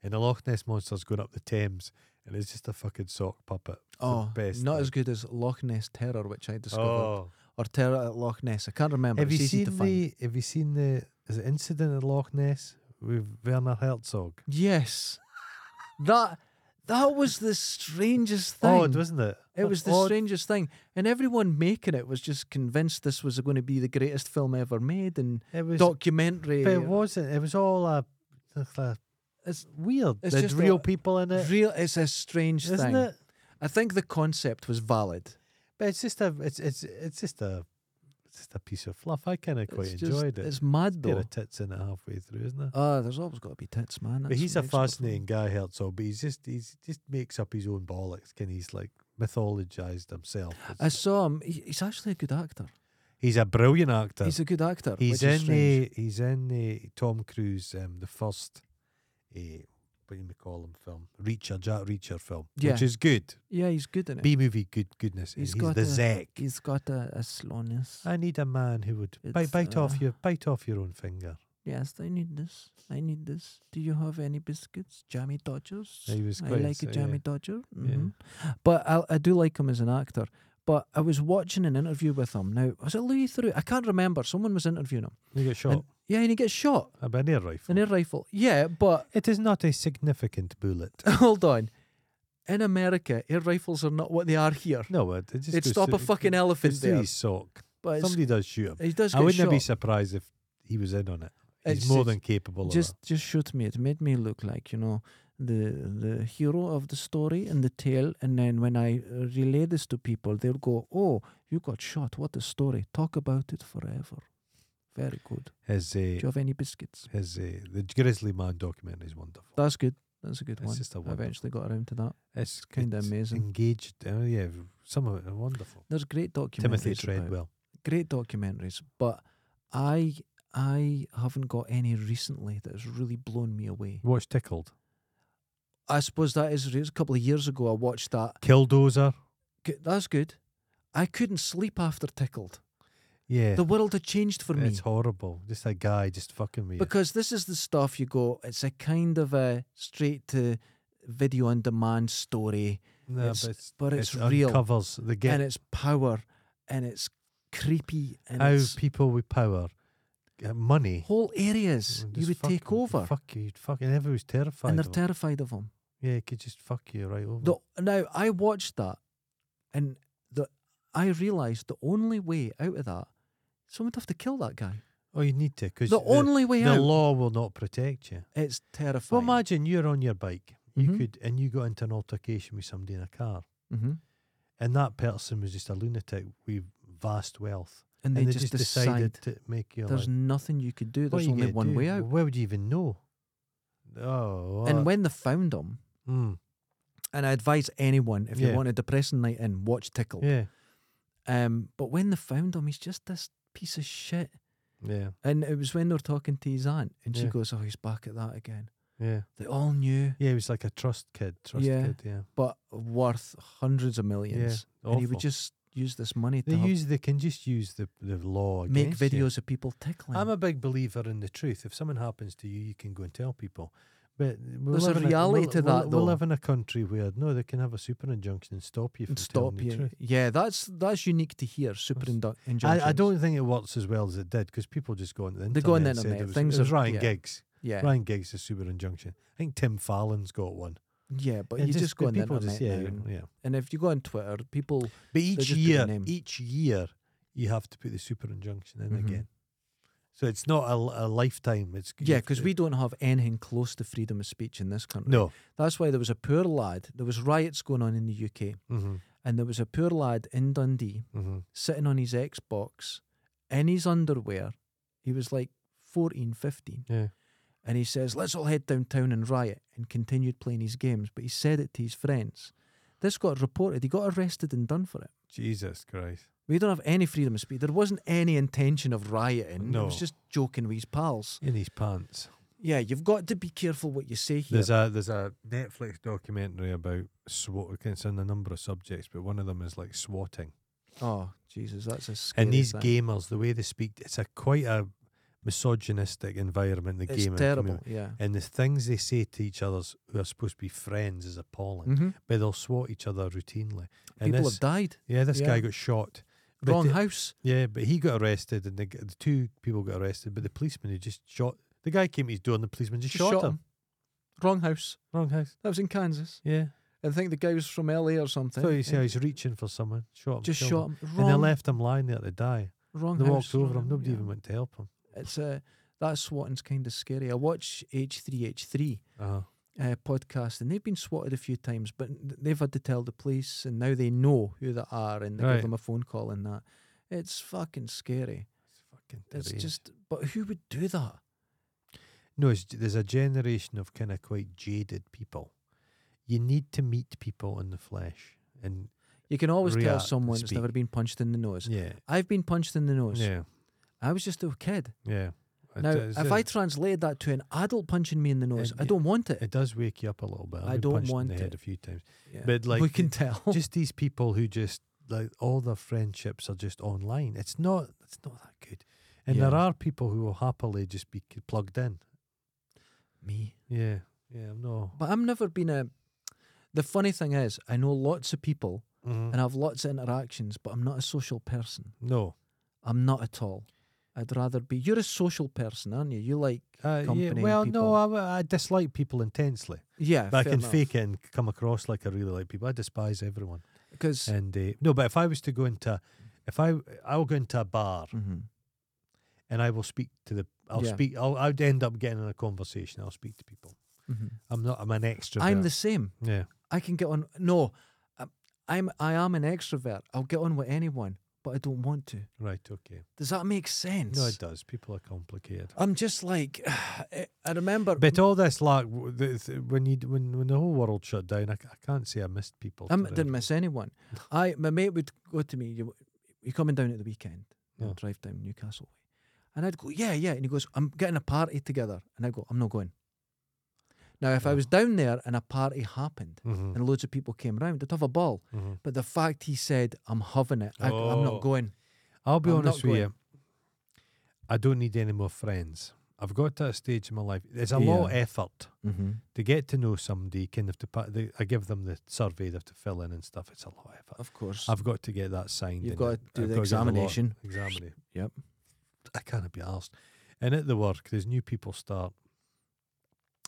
S3: And the Loch Ness monster's going up the Thames, and it's just a fucking sock puppet. It's the
S2: Oh,
S3: best
S2: not as
S3: thing.
S2: good as Loch Ness Terror, which I discovered,
S3: Oh,
S2: or Terror at Loch Ness. I can't remember.
S3: have you
S2: it's easy to
S3: seen
S2: find.
S3: the? Have you seen the? Is it incident at Loch Ness with Werner Herzog?
S2: Yes, that that was the strangest thing.
S3: Odd, wasn't Oh, it?
S2: It was the
S3: Odd.
S2: strangest thing, and everyone making it was just convinced this was going to be the greatest film ever made and
S3: It was.
S2: documentary.
S3: but it wasn't. It was all a. It's, a- it's weird.
S2: it's
S3: There's
S2: just a-
S3: real people in it,
S2: Real, it's a strange
S3: isn't
S2: thing.
S3: it?
S2: I think the concept was valid.
S3: But it's just a it's it's it's just a it's just a piece of fluff. I kind of quite
S2: it's just-
S3: enjoyed it.
S2: It's mad
S3: Get
S2: though.
S3: a tits in it halfway through, isn't it?
S2: Ah, there's always got to be tits, man.
S3: but
S2: That's
S3: he's a
S2: makes it fun.
S3: fascinating guy, Herzog. But he's just he's just makes up his own bollocks. Can he's like mythologized himself?
S2: I
S3: It's-
S2: saw him. He, he's actually a good actor.
S3: He's a brilliant actor.
S2: He's
S3: He's,
S2: a good actor. which is
S3: in
S2: strange.
S3: the he's in the Tom Cruise um, the first uh, what do you call him film Reacher Jack Reacher film,
S2: Yeah.
S3: which is good.
S2: Yeah, he's good in it.
S3: B movie good goodness. and
S2: He's
S3: He's,
S2: got
S3: the
S2: a-
S3: Zek.
S2: he's got a, a slowness.
S3: I need a man who would
S2: It's,
S3: bite, bite
S2: uh,
S3: off your bite off your own finger.
S2: yes, I need this. I need this. Do you have any biscuits? Jammy Dodgers?
S3: Yeah, he was
S2: I
S3: quite
S2: like a
S3: s-
S2: Jammy
S3: yeah.
S2: Dodger. Mhm. But I, I do like him as an actor. But I was watching an interview with him. Now, was it Louis Theroux? I can't remember. Someone was interviewing him.
S3: You get shot.
S2: Yeah, and he gets shot.
S3: A by an air rifle.
S2: An air rifle. Yeah, but (laughs)
S3: It is not a significant bullet.
S2: hold on. In America, air rifles are not what they are here.
S3: No, it, it just
S2: It'd
S3: goes
S2: stop
S3: through-
S2: a fucking
S3: it
S2: elephant
S3: goes through
S2: there.
S3: his sock.
S2: But it's,
S3: Somebody does shoot him.
S2: he does
S3: I
S2: get
S3: wouldn't
S2: shot.
S3: be surprised if he was in on it. He's
S2: It's-
S3: more
S2: it's-
S3: than capable
S2: just
S3: of
S2: just shoot me. It made me look like you know the the hero of the story and the tale. And then when I uh, relay this to people, they'll go, "Oh, you got shot. What a story! Talk about it forever." Very good.
S3: it. His
S2: Do
S3: uh,
S2: you have any biscuits?
S3: his uh, the Grizzly Man documentary is wonderful.
S2: That's good. That's a good
S3: It's
S2: one.
S3: just a
S2: I
S3: wonderful-
S2: eventually got around to that.
S3: It's
S2: kinda
S3: it's
S2: amazing.
S3: Engaged. Oh yeah, some of it are wonderful.
S2: There's great documentaries.
S3: Timothy
S2: about-
S3: Treadwell.
S2: great documentaries, but I I haven't got any recently that has really blown me away.
S3: Watch Tickled.
S2: I suppose that is re- a couple of years ago. I watched that.
S3: Killdozer.
S2: Good- That's good. I couldn't sleep after Tickled.
S3: Yeah.
S2: The world had changed for me
S3: It's horrible. Just a guy just fucking with you.
S2: because this is the stuff you go. It's a kind of a straight to video on demand story,
S3: No,
S2: it's- but it's
S3: it
S2: real.
S3: Uncovers the get
S2: and it's power, and it's creepy, and
S3: how
S2: it's
S3: people with power, uh, money.
S2: whole areas
S3: and
S2: you
S3: Mm, just
S2: would take
S3: fucking-
S2: over,
S3: Fuck you, you'd fucking everyone's terrified.
S2: and
S3: of
S2: they're
S3: it.
S2: terrified of them.
S3: yeah, it could just fuck you right over.
S2: The, now I watched that, and the I realised the only way out of that, someone'd have to kill that guy.
S3: oh, you need to because
S2: The only way
S3: the
S2: out.
S3: law will not protect you.
S2: it's
S3: Well,
S2: terrifying.
S3: imagine you're on your bike,
S2: Mhm.
S3: you could, and you got into an altercation with somebody in a car,
S2: hmm
S3: and that person was just a lunatic with vast wealth,
S2: and they, just,
S3: decided
S2: decided
S3: to make you.
S2: there's
S3: like,
S2: nothing you could do.
S3: what are
S2: There's
S3: you
S2: only
S3: gonna
S2: one
S3: do?
S2: way out.
S3: Where would you even know? Oh,
S2: and
S3: what?
S2: when they found him,
S3: Mm,
S2: and I advise anyone if you
S3: Yeah.
S2: want a depressing night in, watch Tickle.
S3: yeah,
S2: Um, but when they found him, he's just this piece of shit.
S3: yeah,
S2: And it was when they were talking to his aunt, and she
S3: Yeah.
S2: goes, "Oh, he's back at that again."
S3: yeah.
S2: They all knew,
S3: Yeah, he was like a trust kid, trust
S2: Yeah.
S3: kid. Yeah,
S2: but worth hundreds of
S3: yeah.
S2: millions. and he would
S3: awful.
S2: just use this money to
S3: they
S2: help
S3: use they can just use the the law.
S2: make
S3: against you.
S2: videos of people tickling.
S3: I'm a big believer in the truth. If something happens to you, you can go and tell people. But we
S2: There's a
S3: live in
S2: reality
S3: we
S2: to that,
S3: We
S2: though.
S3: live in a country where no, they can have a super injunction and stop you from
S2: and stop
S3: telling the
S2: you.
S3: truth.
S2: Yeah, that's that's unique to hear. Super indu- injunctions.
S3: I, I don't think it works as well as it did because people just go on the internet.
S2: They go on the
S3: and said
S2: internet,
S3: It was,
S2: things
S3: it was
S2: are-
S3: Ryan
S2: yeah.
S3: Giggs.
S2: Yeah,
S3: Ryan Giggs is super injunction. I think Tim Fallon's got one.
S2: yeah, but
S3: And
S2: you just, go
S3: the
S2: on the
S3: people
S2: internet
S3: just-
S2: now
S3: yeah,
S2: and-
S3: yeah.
S2: And if you go on Twitter, people
S3: But
S2: They
S3: each
S2: just put the
S3: year,
S2: name.
S3: each year, you have to put the super injunction in
S2: Mhm.
S3: again. So it's not a, l- a lifetime. It's you
S2: yeah,
S3: have
S2: because
S3: to-
S2: we don't have anything close to freedom of speech in this country.
S3: no.
S2: that's why there was a poor lad. There was riots going on in the UK,
S3: Mm-hmm.
S2: and there was a poor lad in Dundee
S3: Mm-hmm.
S2: sitting on his Xbox in his underwear. He was like 14, 15.
S3: Yeah.
S2: And he says, let's all head downtown and riot, and continued playing his games. But he said it to his friends. This got reported. He got arrested and done for it.
S3: Jesus Christ.
S2: We don't have any freedom of speech. There wasn't any intention of rioting. It was
S3: No.
S2: just joking with his pals.
S3: In his pants.
S2: Yeah, you've got to be careful what you say here.
S3: There's a there's a Netflix documentary about SWAT. okay, It's on a number of subjects, but one of them is like swatting.
S2: oh, Jesus, that's a scary
S3: And these
S2: thing.
S3: gamers, the way they speak, it's a quite a misogynistic environment. The
S2: It's
S3: gaming
S2: terrible,
S3: community.
S2: yeah.
S3: And the things they say to each other who are supposed to be friends is appalling.
S2: Mhm.
S3: But they'll swat each other routinely. And
S2: People
S3: this,
S2: have died.
S3: Yeah, this
S2: Yeah.
S3: guy got shot. But
S2: Wrong
S3: the-
S2: house.
S3: Yeah, but he got arrested, and the, g- the two people got arrested. But the policeman who just shot the guy came to his door, and the policeman just,
S2: Just
S3: shot, him.
S2: Wrong house.
S3: Wrong house.
S2: That was in Kansas.
S3: Yeah.
S2: I think the guy was from LA or something.
S3: So you see how
S2: Yeah.
S3: he's reaching for someone, shot him,
S2: just
S3: killed
S2: shot him.
S3: him,
S2: Wrong,
S3: and they left him lying there to die.
S2: wrong
S3: They
S2: house.
S3: walked over
S2: wrong-
S3: him. Nobody
S2: yeah.
S3: even went to help him.
S2: It's uh, that swatting's kind of scary. I watch H3H3
S3: Uh-huh.
S2: uh, podcast, and they've been swatted a few times, but n- they've had to tell the police, and now they know who they are, and they
S3: Right.
S2: give them a phone call and that. It's fucking scary.
S3: It's fucking
S2: It's
S3: terrible.
S2: just, but who would do that?
S3: No, it's, there's a generation of kind of quite jaded people. You need to meet people in the flesh, and
S2: You can always tell
S3: React and
S2: someone that's
S3: speak.
S2: never been punched in the nose.
S3: yeah,
S2: I've been punched in the nose.
S3: yeah,
S2: I was just a kid.
S3: yeah. It
S2: Now,
S3: does-
S2: if I translated that to an adult punching me in the nose,
S3: And
S2: I
S3: y-
S2: don't want it.
S3: it does wake you up a little bit. I've
S2: I
S3: been
S2: don't
S3: punched
S2: want
S3: in the head
S2: it.
S3: a few times.
S2: Yeah.
S3: But like,
S2: we can tell.
S3: just these people who just like all their friendships are just online. It's not. It's not that good. And
S2: Yeah.
S3: there are people who will happily just be c- plugged in.
S2: me.
S3: Yeah, yeah. I'm not.
S2: But I've never been a. The funny thing is, I know lots of people
S3: Mhm.
S2: and I have lots of interactions, but I'm not a social person.
S3: No.
S2: I'm not at all. I'd rather be. You're a social person, aren't you? You like.
S3: Uh, yeah,
S2: Company
S3: well,
S2: people.
S3: no, I, w- I dislike people intensely.
S2: Yeah.
S3: but I can fake it and come across like I really like people. I despise everyone.
S2: Because.
S3: And uh, no, but if I was to go into, if I I will go into a bar
S2: Mm-hmm.
S3: and I will speak to the, I'll
S2: Yeah.
S3: speak. I'll I'd end up getting in a conversation. I'll speak to people. I'm not. I'm an extrovert.
S2: Mm-hmm. I'm the same.
S3: yeah.
S2: I can get on. No, I- I'm. I am an extrovert. I'll get on with anyone, but I don't want to.
S3: Right. Okay.
S2: Does that make sense?
S3: No, it does. People are complicated.
S2: I'm just like. (sighs) I I remember.
S3: But all this like w- the- th- when you d- when when the whole world shut down, I, c- I can't say I missed people.
S2: I
S3: terribly.
S2: didn't miss
S3: (laughs)
S2: anyone. I my mate would go to me. You, you coming down at the weekend?
S3: Yeah.
S2: I'll drive down Newcastle way, and I'd go, yeah, yeah. And he goes, I'm getting a party together, and I go, I'm not going. Now, if I
S3: Yeah.
S2: was down there and a party happened
S3: Mhm,
S2: and loads of people came round, I'd have a ball.
S3: mhm.
S2: But the fact he said, I'm having it, I, go, I'm
S3: Oh.
S2: not going.
S3: I'll be
S2: I'm not
S3: honest with
S2: going.
S3: you. I don't need any more friends. I've got to a stage in my life. It's a lot of
S2: Yeah.
S3: effort
S2: Mm-hmm.
S3: to get to know somebody. Kind of to pa- the, I give them the survey they have to fill in and stuff. It's a lot of effort.
S2: Of course.
S3: I've got to get that signed.
S2: You've
S3: and
S2: got
S3: I've-
S2: to do
S3: I've
S2: the
S3: got get lot-
S2: examination.
S3: Examination.
S2: (laughs) Yep.
S3: I can't be asked. And at the work, there's new people start,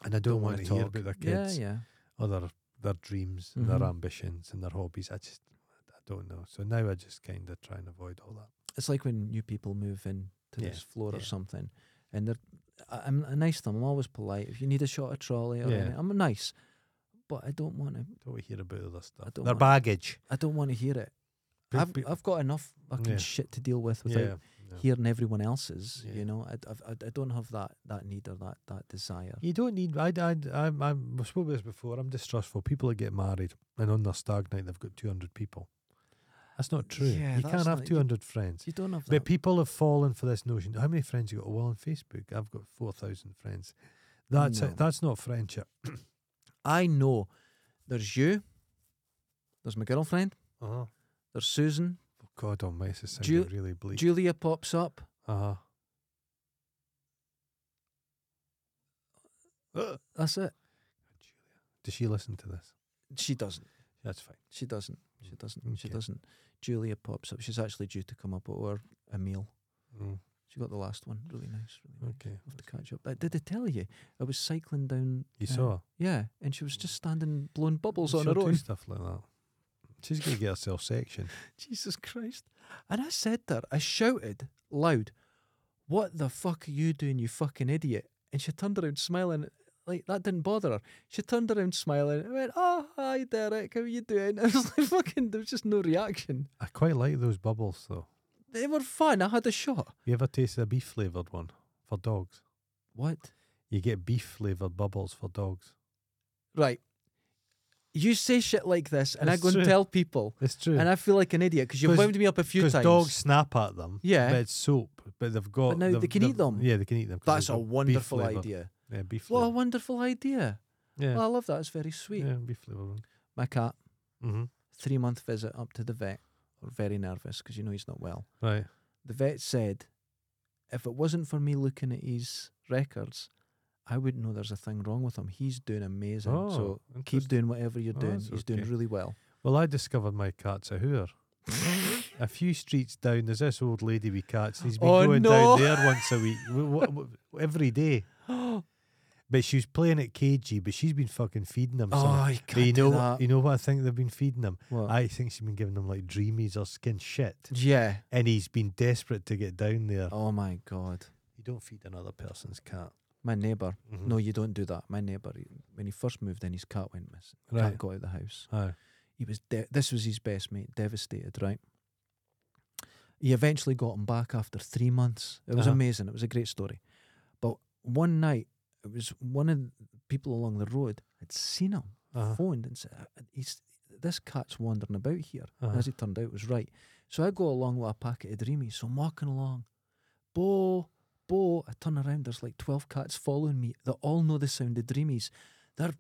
S3: and I don't,
S2: Don't
S3: want
S2: wanna
S3: to hear
S2: talk.
S3: about their kids
S2: Yeah, yeah.
S3: or their their dreams and their
S2: Mhm.
S3: ambitions and their hobbies. I just I don't know. So now I just kind of try and avoid all that.
S2: It's like when new people move in to
S3: Yeah,
S2: this floor or
S3: yeah.
S2: something, and they're. I- I'm a nice to them. I'm always polite. If you need a shot of trolley, or
S3: Yeah.
S2: anything, I'm nice, but I don't want to.
S3: Don't we hear about other stuff?
S2: don't
S3: Their
S2: want-
S3: baggage.
S2: I don't want to hear it.
S3: Pe-
S2: I've
S3: pe-
S2: I've got enough fucking
S3: Yeah.
S2: shit to deal with without
S3: yeah. yeah.
S2: hearing everyone else's.
S3: Yeah.
S2: You know, I, I've, I I don't have that that need or that that desire.
S3: You don't need. I. I. I'm. I'm I spoke about this before. I'm distrustful. People that get married and on their stag night they've got 200 people. That's not true.
S2: Yeah,
S3: you
S2: that's
S3: can't have
S2: not- you-
S3: 200 friends.
S2: You don't have that.
S3: But people have fallen for this notion. How many friends you got? Well, on Facebook, I've got 4,000 friends. That's
S2: No.
S3: it. That's not friendship.
S2: I know. There's you. There's my girlfriend.
S3: Uh-huh.
S2: There's Susan.
S3: Oh, God almighty, this is
S2: Ju-
S3: sounding really bleak.
S2: Julia pops
S3: (gasps)
S2: up.
S3: uh-huh.
S2: That's it.
S3: Does she listen to this?
S2: She doesn't.
S3: That's fine.
S2: She doesn't. She doesn't. She
S3: okay.
S2: doesn't. Julia pops up. She's actually due to come up or a meal.
S3: Mm.
S2: She got the last one. Really nice. Really
S3: Okay.
S2: nice. Have to catch up. Uh, Did I tell you? I was cycling down.
S3: You
S2: uh,
S3: saw her?
S2: Yeah, and she was just standing blowing bubbles on
S3: She'll
S2: her
S3: do
S2: own.
S3: stuff like that. She's going to get herself sectioned.
S2: (laughs) Jesus Christ! And I said to her, I shouted loud, "What the fuck are you doing, you fucking idiot?" And she turned around smiling. Like that didn't bother her. She turned around smiling. and went, "Oh, hi, Derek. How are you doing?" (laughs) I was like, "Fucking." There was just no reaction.
S3: I quite like those bubbles, though.
S2: They were fun. I had a shot.
S3: You ever tasted a beef flavoured one for dogs?
S2: What?
S3: You get beef flavoured bubbles for dogs.
S2: Right. You say shit like this, and
S3: That's
S2: I go
S3: true.
S2: and tell people,
S3: It's true.
S2: and I feel like an idiot because you've
S3: 'Cause-
S2: wound me up a few
S3: Because
S2: times.
S3: dogs snap at them.
S2: Yeah.
S3: But it's soap. But they've got.
S2: now they
S3: they've-
S2: can eat
S3: they've-
S2: them.
S3: Yeah, they can eat them. 'cause
S2: That's
S3: they've
S2: a
S3: got beef
S2: wonderful
S3: flavour.
S2: idea.
S3: Yeah, beef
S2: What a
S3: flavor.
S2: wonderful idea.
S3: yeah.
S2: Well, I love that. It's very sweet.
S3: yeah, beef flavor one.
S2: My cat,
S3: Mm-hmm.
S2: three month visit up to the vet. We're very nervous because you know he's not well.
S3: Right.
S2: The vet said, if it wasn't for me looking at his records, I wouldn't know there's a thing wrong with him. He's doing amazing.
S3: Oh,
S2: so keep
S3: interesting.
S2: doing whatever you're
S3: Oh,
S2: doing.
S3: that's
S2: he's
S3: okay.
S2: doing really
S3: (gasps)
S2: well.
S3: Well, I discovered my cat's
S2: (laughs)
S3: a hooer. a few streets down, there's this old lady with cats. He's been
S2: Oh,
S3: going
S2: no.
S3: down there once a week, w- w- w- every day. But she was playing at cagey, but she's been fucking feeding him. something.
S2: Oh, you
S3: But
S2: can't
S3: you
S2: do
S3: know,
S2: that.
S3: you know what I think they've been feeding him.
S2: What?
S3: I think she's been giving him like dreamies or skin shit,
S2: yeah.
S3: and he's been desperate to get down there.
S2: Oh my god.
S3: You don't feed another person's cat.
S2: My neighbor
S3: Mhm.
S2: No, you don't do that. My neighbour, he- when he first moved in, his cat went missing.
S3: Right.
S2: Cat got out of the house.
S3: Aye.
S2: He was de- this was his best mate, devastated, right? He eventually got him back after three months. It was
S3: Uh-huh.
S2: amazing. It was a great story. But one night, it was one of the people along the road had seen him,
S3: Uh-huh.
S2: phoned, and said, "Uh, "He's this cat's wandering about here." And
S3: Uh-huh.
S2: As it turned out, it was right. So I go along with a packet of dreamies. So I'm walking along, bo, bo. I turn around. There's like twelve cats following me. They all know the sound of dreamies. Their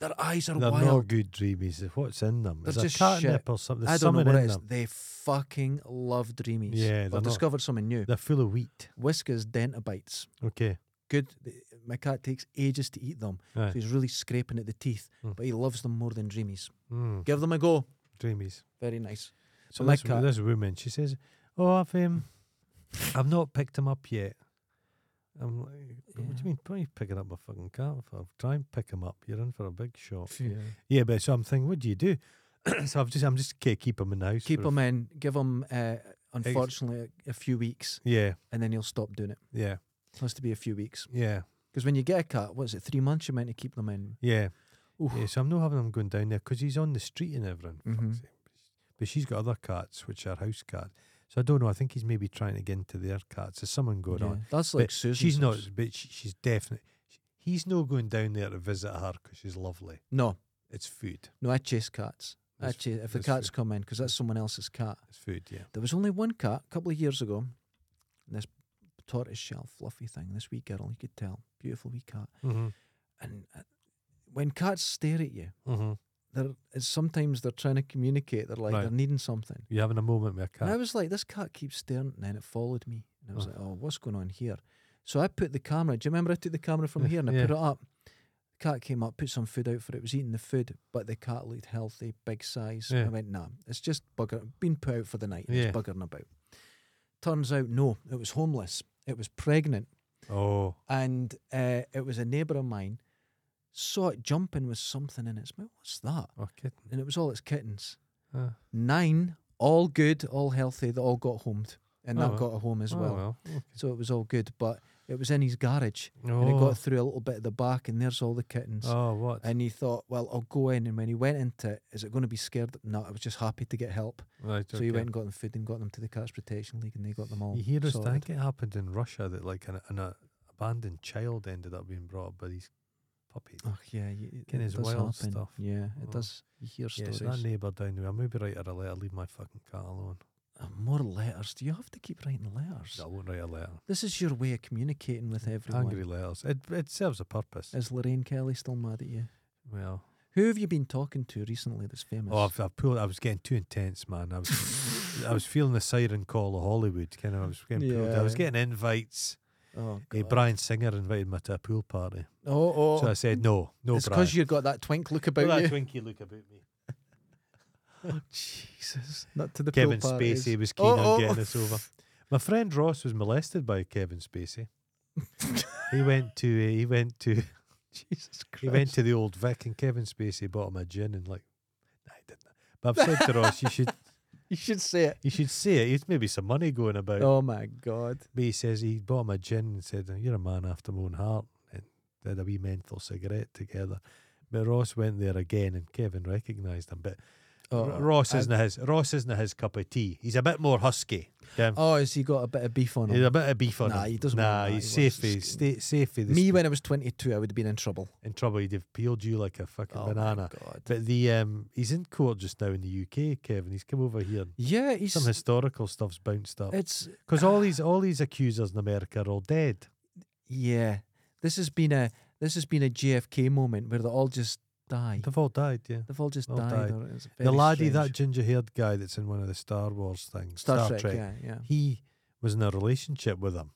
S2: their eyes are
S3: They're
S2: wild.
S3: not good dreamies. What's in them?
S2: They're
S3: There's a
S2: just
S3: catnip
S2: shit.
S3: or something.
S2: I
S3: There's
S2: don't know
S3: something
S2: what
S3: in
S2: it is.
S3: them.
S2: They fucking love dreamies.
S3: Yeah, they're
S2: I've
S3: not-
S2: discovered something new.
S3: They're full of wheat.
S2: Whiskers dentabites.
S3: Okay.
S2: Good. th- My cat takes ages to eat them, so
S3: Right.
S2: he's really scraping at the teeth.
S3: Mm.
S2: But he loves them more than dreamies.
S3: Mm,
S2: Give them a go.
S3: dreamies.
S2: Very nice.
S3: So
S2: my
S3: this,
S2: cat-
S3: this woman, she says, "Oh, I've
S2: (laughs)
S3: um, I've not picked him up yet." I'm like, "What do
S2: Yeah.
S3: you mean? Why are you picking up a fucking cat? For? Try and pick him up. You're in for a big shot."
S2: Yeah.
S3: Yeah, but so I'm thinking, what do you do? (clears throat) so I've just, I'm just okay, keep him in the house.
S2: Keep
S3: for a
S2: them
S3: f-
S2: in. Give them. Uh, unfortunately, a, a few weeks,
S3: Yeah,
S2: and then he'll stop doing it.
S3: yeah,
S2: it has to be a few weeks
S3: yeah,
S2: because when you get a cat, what is it? Three months you're meant to keep them in.
S3: yeah.
S2: Oof.
S3: yeah so I'm not having him going down there because he's on the street and everything. fuck's
S2: Mhm.
S3: sake. But she's got other cats, which are house cats. So I don't know. I think he's maybe trying to get into their cats. There's someone going
S2: Yeah.
S3: on.
S2: That's like
S3: but
S2: Susan.
S3: She's not, but she, she's definitely. He's no going down there to visit her because she's lovely.
S2: No,
S3: It's food.
S2: no. I chase cats. I
S3: That's-
S2: chase if the
S3: that's
S2: cats
S3: fair.
S2: come in because that's someone else's cat.
S3: It's food, yeah.
S2: There was only one cat a couple of years ago. This tortoise shell fluffy thing. This wee girl, you could tell, beautiful wee cat.
S3: Mm-hmm.
S2: And uh, when cats stare at you,
S3: Mm-hmm.
S2: they're it's sometimes they're trying to communicate. They're like
S3: Right.
S2: they're needing something.
S3: You're having a moment with a cat.
S2: And I was like, this cat keeps staring. And then it followed me. And I was
S3: Oh.
S2: like, oh, what's going on here? So I put the camera. Do you remember I took the camera from
S3: Yeah,
S2: here and I
S3: yeah.
S2: put it up? Cat came up, put some food out for it. It was eating the food, but the cat looked healthy, big size.
S3: Yeah.
S2: I went, nah, it's just bugger, been put out for the night. and
S3: Yeah.
S2: It's buggering about. Turns out, no, it was homeless. It was pregnant.
S3: oh,
S2: And uh, it was a neighbour of mine saw it jumping with something in its mouth. What's that?
S3: oh, kitten.
S2: And it was all its kittens
S3: Uh,
S2: nine, all good, all healthy. They all got homed, and
S3: Oh,
S2: that
S3: well.
S2: got a home as
S3: oh,
S2: well. So it was all good, but it was in his garage, and he
S3: Oh,
S2: got through a little bit of the back, and there's all the kittens.
S3: oh, what?
S2: And he thought, well, I'll go in. And when he went into it, is it going to be scared? No, I was just happy to get help.
S3: Right,
S2: So he
S3: okay.
S2: went and got them food and got them to the Cats Protection League, and they got them all.
S3: You hear this? I
S2: sorted.
S3: think it happened in Russia that like an, an uh, abandoned child ended up being brought up by these puppies.
S2: Oh yeah, you, it
S3: Ken, it's
S2: does
S3: wild
S2: happen.
S3: stuff.
S2: Yeah, it
S3: Oh.
S2: does. You hear
S3: yeah,
S2: stories.
S3: so that neighbour down there. I maybe write her a letter. Leave my fucking cat alone.
S2: Uh, More letters. Do you have to keep writing letters?
S3: I won't write a letter.
S2: This is your way of communicating with everyone.
S3: Angry letters. It it serves a purpose.
S2: Is Lorraine Kelly still mad at you?
S3: well,
S2: Who have you been talking to recently that's famous?
S3: oh, I've, I've pulled. I was getting too intense, man. I was I was feeling the siren call of Hollywood. Kind of. I was getting pulled. I was
S2: Yeah.
S3: getting invites.
S2: oh,
S3: Hey,
S2: God.
S3: Brian Singer invited me to a pool party,
S2: oh, oh.
S3: so I said no, no.
S2: it's
S3: Brian.
S2: because you've got that twink look
S3: Look
S2: about
S3: at
S2: you.
S3: that twinkie look about me.
S2: (laughs) Jesus, not to the pool
S3: Kevin
S2: parties.
S3: Spacey was keen
S2: Oh,
S3: on
S2: oh,
S3: getting
S2: oh.
S3: us over. My friend Ross was molested by Kevin Spacey. he went to eh, he went to
S2: (laughs) Jesus Christ.
S3: he went to the old Vic and Kevin Spacey bought him a gin and like nah, he didn't. But I've
S2: (laughs)
S3: said to Ross, you should
S2: You should say it.
S3: you should say it. There's maybe some money going about.
S2: Oh my God.
S3: But he says he bought him a gin and said, "You're a man after my own heart," and they had a wee menthol cigarette together. But Ross went there again, and Kevin recognised him. But
S2: Oh,
S3: R- Ross
S2: I-
S3: isn't his Ross isn't his cup of tea. He's a bit more husky. Kev.
S2: Oh, has he got a bit of beef on
S3: He's
S2: him?
S3: a bit of beef on
S2: Nah,
S3: him.
S2: he doesn't want
S3: Nah,
S2: that.
S3: he's
S2: He
S3: safe.
S2: wants to
S3: He's
S2: sk-
S3: sta- safe. with the
S2: Me
S3: sp-
S2: when I was 22, I would have been in trouble.
S3: in trouble. He'd have peeled you like a fucking
S2: Oh my
S3: banana.
S2: God.
S3: But the um, he's in court just now in the UK. Kevin, he's come over here. and
S2: Yeah, he's.
S3: Some historical stuff's bounced up
S2: it's (sighs)
S3: because all these all these accusers in America are all dead.
S2: yeah. This has been a this has been a JFK moment where they all just die.
S3: They've all died. Yeah.
S2: They've all just
S3: all died.
S2: died. or it's
S3: the
S2: very
S3: laddie, that
S2: strange.
S3: ginger-haired guy that's in one of the Star Wars things,
S2: Star, Trek, Yeah, yeah.
S3: He was in a relationship with him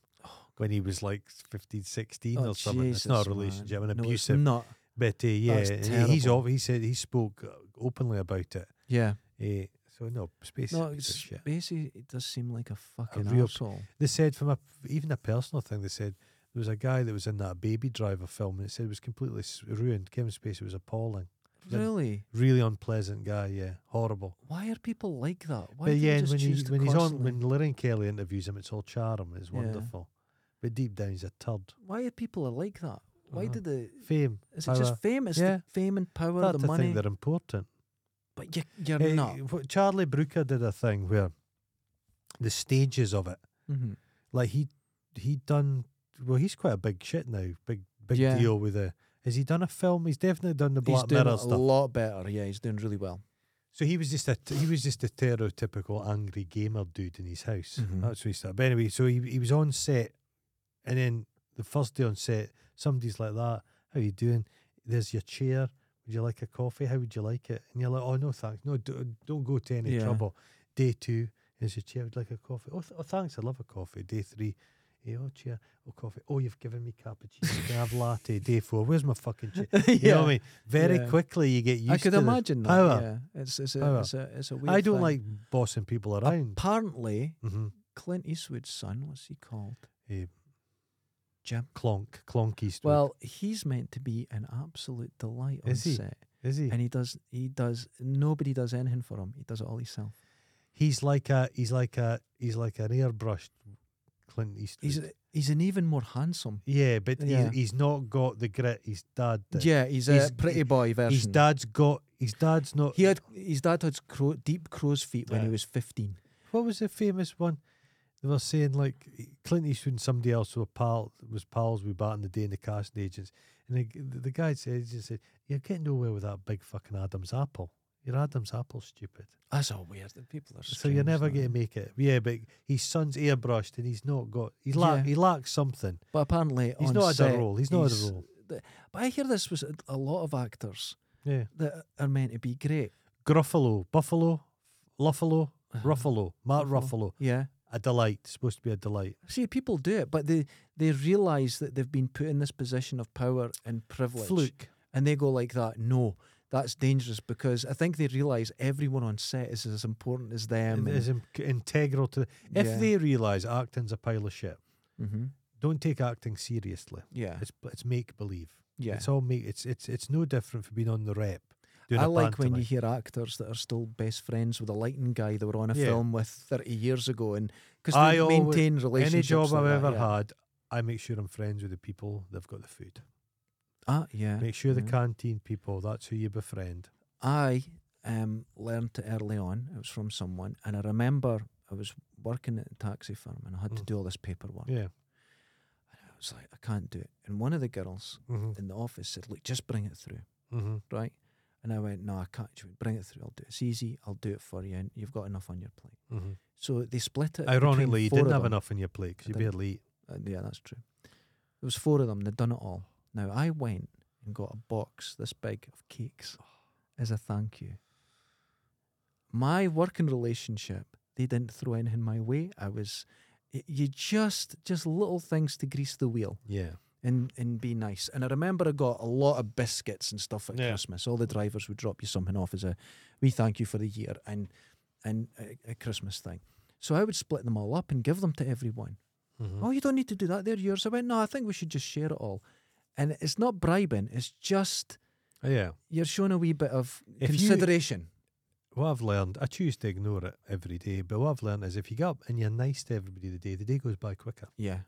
S3: when he was like 15, 16 or something. it's not a
S2: Oh, Jesus,
S3: relationship,
S2: man.
S3: an
S2: No, it's
S3: abusive.
S2: not.
S3: but uh, yeah,
S2: That's
S3: he- he's
S2: terrible.
S3: off, he said he spoke uh, openly about it.
S2: Yeah.
S3: Uh, so no, space.
S2: No,
S3: is a
S2: it's
S3: shit.
S2: basically it does seem like a fucking
S3: real-
S2: asshole.
S3: They said from a even a personal thing. They said there was a guy that was in that Baby Driver film, and it said it was completely s- ruined. Kevin Spacey was appalling, Then-
S2: Really?
S3: really unpleasant guy. Yeah, horrible.
S2: Why are people like that? Why
S3: but
S2: do
S3: yeah,
S2: they
S3: and
S2: just
S3: when,
S2: choose
S3: he,
S2: to
S3: when he's on,
S2: constantly-
S3: when Lorraine Kelly interviews him, it's all charm. It's
S2: Yeah.
S3: wonderful. But deep down, he's a turd.
S2: Why are people are like that? Why
S3: Uh-huh.
S2: do the
S3: Fame.
S2: is it just
S3: power.
S2: fame? It's
S3: Yeah.
S2: the fame and power,
S3: That's
S2: Uh, the money.
S3: thing they're important.
S2: But you, you're
S3: Eh,
S2: not.
S3: what- Charlie Brooker did a thing where the stages of it.
S2: Mhm.
S3: Like he he done well. He's quite a big shit now. Big big
S2: Yeah.
S3: deal with the. Has he done a film? He's definitely done the
S2: He's
S3: Black
S2: doing
S3: Mirror
S2: a
S3: stuff.
S2: lot better. Yeah, he's doing really well.
S3: So he was just a he was just a stereotypical angry gamer dude in his house.
S2: Mhm.
S3: That's what he started. But anyway, so he he was on set, and then the first day on set, somebody's like that. How you doing? There's your chair. Would you like a coffee? How would you like it? And you're like, oh no, thanks. No, do, don't go to any
S2: Yeah.
S3: trouble. Day two is your chair. Would you like a coffee? Oh, th- oh, thanks. I love a coffee. Day three. Hey, oh, chair. Oh, coffee. Oh, you've given me cappuccino. Can I have latte? Day four. Where's my fucking
S2: (laughs)
S3: chair? You know what I mean? Very
S2: Yeah.
S3: quickly, you get used.
S2: I could
S3: to the
S2: imagine that.
S3: power.
S2: Yeah, it's it's a,
S3: Power.
S2: it's a it's a weird.
S3: I don't
S2: thing.
S3: like bossing people around.
S2: Apparently,
S3: mm-hmm.
S2: Clint Eastwood's son. What's he called?
S3: Eh,
S2: Jim.
S3: Clonk, clonk Eastwood.
S2: Well, he's meant to be an absolute delight on
S3: Is he?
S2: set,
S3: is he?
S2: and he does. He does. Nobody does anything for him. He does it all himself.
S3: He's like a, he's like a, he's like an airbrushed Clint Eastwood.
S2: He's he's an even more handsome.
S3: yeah, but
S2: Yeah.
S3: He's, he's not got the grit. His dad. Did.
S2: Yeah, he's,
S3: He's-
S2: a pretty boy version.
S3: His dad's got. His dad's not.
S2: He had (laughs) his dad had crow, deep crow's feet when he
S3: Yeah.
S2: was fifteen.
S3: what was the famous one? They were saying like Clint Eastwood and somebody else were pal was pals with back in the day in the casting agents, and the g- the guy said, he said, "You're getting nowhere with that big fucking Adam's apple. Your Adam's apple's stupid."
S2: That's all weird. The people are
S3: So you're
S2: strange,
S3: never
S2: aren't
S3: going to
S2: they?
S3: make it. Yeah, but his son's airbrushed and he's not got. He la-
S2: Yeah.
S3: he lacks something.
S2: But apparently,
S3: He's
S2: on
S3: not had a
S2: set,
S3: role. He's not had a role.
S2: th- But I hear this was a, a lot of actors
S3: Yeah,
S2: that are meant to be great.
S3: Gruffalo, Buffalo, Luffalo, Ruffalo, Matt
S2: Uh-huh. Ruffalo.
S3: Ruffalo,
S2: Yeah.
S3: a delight. Supposed to be a delight.
S2: See, people do it, but they they realise that they've been put in this position of power and privilege,
S3: Fluke.
S2: and they go like that. No, that's dangerous because I think they realise everyone on set is as important as them.
S3: It is in- integral to. If
S2: Yeah.
S3: they realise acting's a pile of shit,
S2: mm-hmm.
S3: don't take acting seriously.
S2: Yeah,
S3: It's it's make believe.
S2: yeah.
S3: It's all make. It's it's it's no different from being on the rep. Doing
S2: I
S3: a
S2: like when you
S3: pantomime.
S2: hear actors that are still best friends with a lighting guy they were on a
S3: Yeah.
S2: film with 30 years ago, and because
S3: I
S2: they
S3: always-
S2: maintain relationships.
S3: any job
S2: like
S3: I've
S2: that,
S3: ever
S2: yeah.
S3: had. I make sure I'm friends with the people. They've got the food.
S2: Ah, yeah.
S3: Make sure the
S2: yeah.
S3: canteen people, that's who you befriend.
S2: I um, learned it early on. It was from someone, and I remember I was working at a taxi firm, and I had to
S3: Mm.
S2: do all this paperwork.
S3: Yeah.
S2: I was like, I can't do it. And one of the girls in the office said, "Look, just bring it through,
S3: Mm-hmm.
S2: right?" And I went, "No, I can't. She went, bring it through. I'll do it. It's easy. I'll do it for you, and you've got enough on your plate."
S3: Mm-hmm.
S2: So they split it. between
S3: Ironically, you
S2: four
S3: didn't
S2: of
S3: have
S2: them.
S3: enough in your plate because
S2: I
S3: you
S2: didn't.
S3: barely eat.
S2: Uh, yeah, that's true. There was four of them. They'd done it all. Now I went and got a box this big of cakes as a thank you. My working relationship, they didn't throw anything my way. I was, y- you just just little things to grease the wheel
S3: Yeah.
S2: and and be nice. And I remember I got a lot of biscuits and stuff at
S3: Yeah.
S2: Christmas. All the drivers would drop you something off as a we thank you for the year and and a, a Christmas thing. So I would split them all up and give them to everyone.
S3: Mm-hmm.
S2: Oh, you don't need to do that. They're yours. I went, no, I think we should just share it all. And it's not bribing. It's just
S3: Oh, Yeah.
S2: you're showing a wee bit of
S3: If you-
S2: consideration.
S3: What I've learned, I choose to ignore it every day, but what I've learned is if you get up and you're nice to everybody today, the day goes by quicker.
S2: Yeah.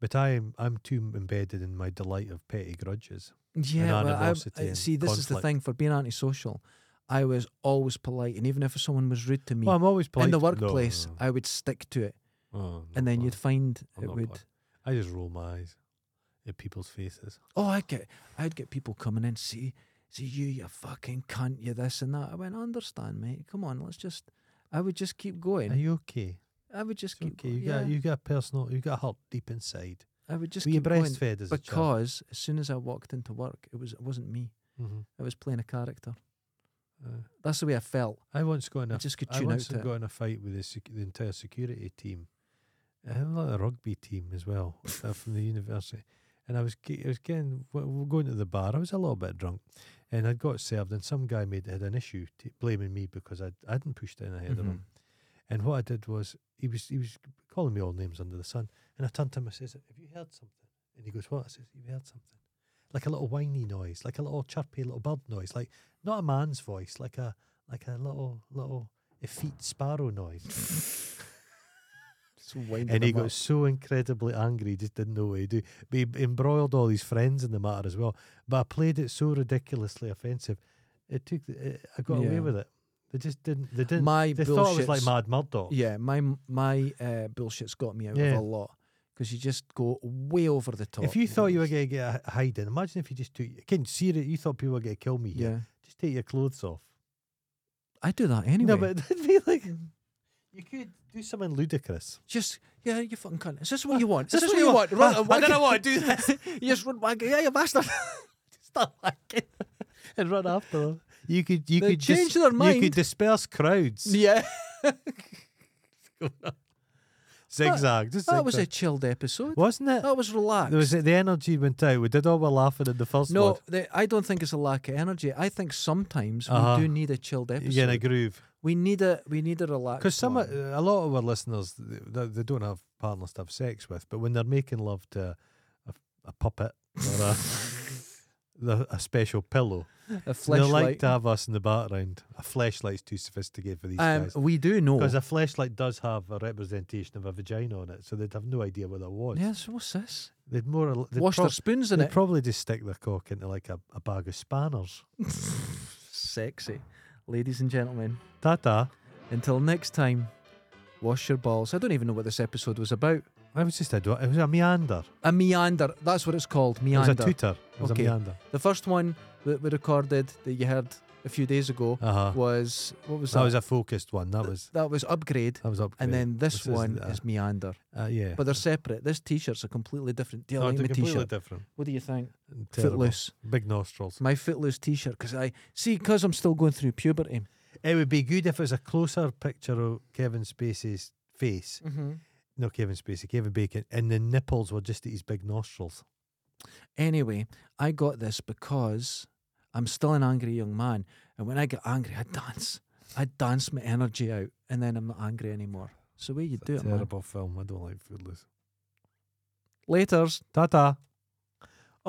S3: But I am I'm too embedded in my delight of petty grudges.
S2: Yeah. well, I-
S3: animosity
S2: I,
S3: and
S2: see, this is the
S3: conflict.
S2: thing for being antisocial. I was always polite. And even if someone was rude to me
S3: Well, I'm always polite
S2: in the
S3: No, no,
S2: workplace, Oh,
S3: no.
S2: I would stick to it.
S3: Oh, I'm
S2: and
S3: not
S2: then
S3: polite.
S2: you'd find
S3: I'm
S2: it
S3: not
S2: would.
S3: polite. I just roll my eyes at people's faces.
S2: Oh, I get, I'd get people coming in, see, see you, you fucking cunt, you this and that. I went, I understand, mate. Come on, let's just. I would just keep
S3: Are
S2: going.
S3: you okay?
S2: I would just
S3: It's
S2: keep
S3: okay.
S2: going.
S3: You
S2: yeah.
S3: got you got a personal you got a hurt deep inside.
S2: I would just
S3: Were you
S2: keep going.
S3: breastfed as a child?
S2: because as soon as I walked into work, it was it wasn't me.
S3: hmm
S2: I was playing a character.
S3: Uh,
S2: That's the way I felt.
S3: I once got in
S2: I
S3: a
S2: just could
S3: I
S2: tune out
S3: once
S2: to it.
S3: got in a fight with the, sec- the entire security team, and like a rugby team as well uh, from the university. And I was ge- I was getting we were going to the bar. I was a little bit drunk, and I got served. And some guy made had an issue t- blaming me because I I hadn't pushed in ahead of
S2: Mhm.
S3: him. And what I did was he was he was calling me all names under the sun. And I turned to him. I says, "Have you heard something?" And he goes, "What?" I says, "You heard something." Like a little whiny noise, like a little chirpy little bird noise, like not a man's voice, like a like a little little effete sparrow noise. and he got so incredibly angry, he just didn't know what to do. But he embroiled all his friends in the matter as well. But I played it so ridiculously offensive, it took. the- It, I got
S2: Yeah.
S3: away with it. They just didn't. They didn't.
S2: My
S3: they thought it was like
S2: bullshit's-
S3: Mad Murdoch.
S2: Yeah, my my uh, bullshit's got me out of
S3: Yeah.
S2: a lot because you just go way over the top.
S3: If you thought you were going to get a hide in, imagine if you just took. Again, see it. You thought people were going to kill me.
S2: yeah,
S3: Here. Just take your clothes off.
S2: I do that anyway.
S3: No, but (laughs) it'd be like. You could do something ludicrous. (laughs)
S2: just yeah, you fucking cunt. Is this what you want? Is
S3: this
S2: this,
S3: what
S2: what
S3: you
S2: you
S3: want?
S2: want? Run,
S3: Ah, I don't know
S2: want to do this. (laughs) you just run back. Yeah, you bastard.
S3: Start like and run after them. You could. You
S2: They
S3: could just-
S2: changed their
S3: You
S2: mind.
S3: could disperse crowds.
S2: yeah,
S3: Zigzag. Just
S2: that was a
S3: zigzag.
S2: chilled episode.
S3: Wasn't it?
S2: That was relaxed.
S3: There was the energy went out. We did all we're laughing in the first one.
S2: no, the, I don't think it's a lack of energy. I think sometimes
S3: Uh-huh.
S2: we do need a chilled
S3: You get in a
S2: episode.
S3: groove.
S2: We need a we need a relaxed.
S3: Because some
S2: one.
S3: a lot of our listeners th- they, they don't have partners to have sex with, but when they're making love to a, a puppet or
S2: (laughs)
S3: a, the, a special pillow,
S2: a
S3: they like
S2: fleshlight.
S3: to have us in the background. A flashlight's too sophisticated for these
S2: Um,
S3: guys.
S2: we do know.
S3: Because a flashlight does have a representation of a vagina on it, so they'd have no idea what it was.
S2: Yes, what's this?
S3: They'd more or l- they'd
S2: Wash
S3: prob-
S2: their spoons in
S3: they'd
S2: it.
S3: probably just stick their cock into like a, a bag of spanners.
S2: Sexy, ladies and gentlemen.
S3: Ta ta.
S2: Until next time, wash your balls. I don't even know what this episode was about.
S3: I was just a dw- it was a meander.
S2: A meander. That's what it's called. Meander.
S3: It was a tutor. It was
S2: Okay.
S3: a meander.
S2: the first one that we recorded that you heard a few days ago
S3: Uh huh.
S2: was what was
S3: That
S2: that?
S3: was a focused one. That
S2: Th-
S3: was
S2: that was upgrade.
S3: that was up.
S2: And then this,
S3: This is
S2: one
S3: the-
S2: is meander,
S3: uh, yeah,
S2: but they're separate. This T-shirt's a completely different. Do you
S3: No,
S2: like
S3: they're
S2: my
S3: completely
S2: T-shirt?
S3: different.
S2: What do you think?
S3: Terrible.
S2: Footloose.
S3: big nostrils.
S2: My footloose T-shirt because I see because I'm still going through puberty.
S3: It would be good if it was a closer picture of Kevin Spacey's face.
S2: Mm-hmm.
S3: No, Kevin Spacey, Kevin Bacon, and the nipples were just at his big nostrils.
S2: Anyway, I got this because I'm still an angry young man, and when I get angry, I dance. I dance my energy out, and then I'm not angry anymore. So the way you do
S3: It's
S2: it,
S3: a
S2: man.
S3: terrible film. I don't like Footloose.
S2: Later's.
S3: Ta ta.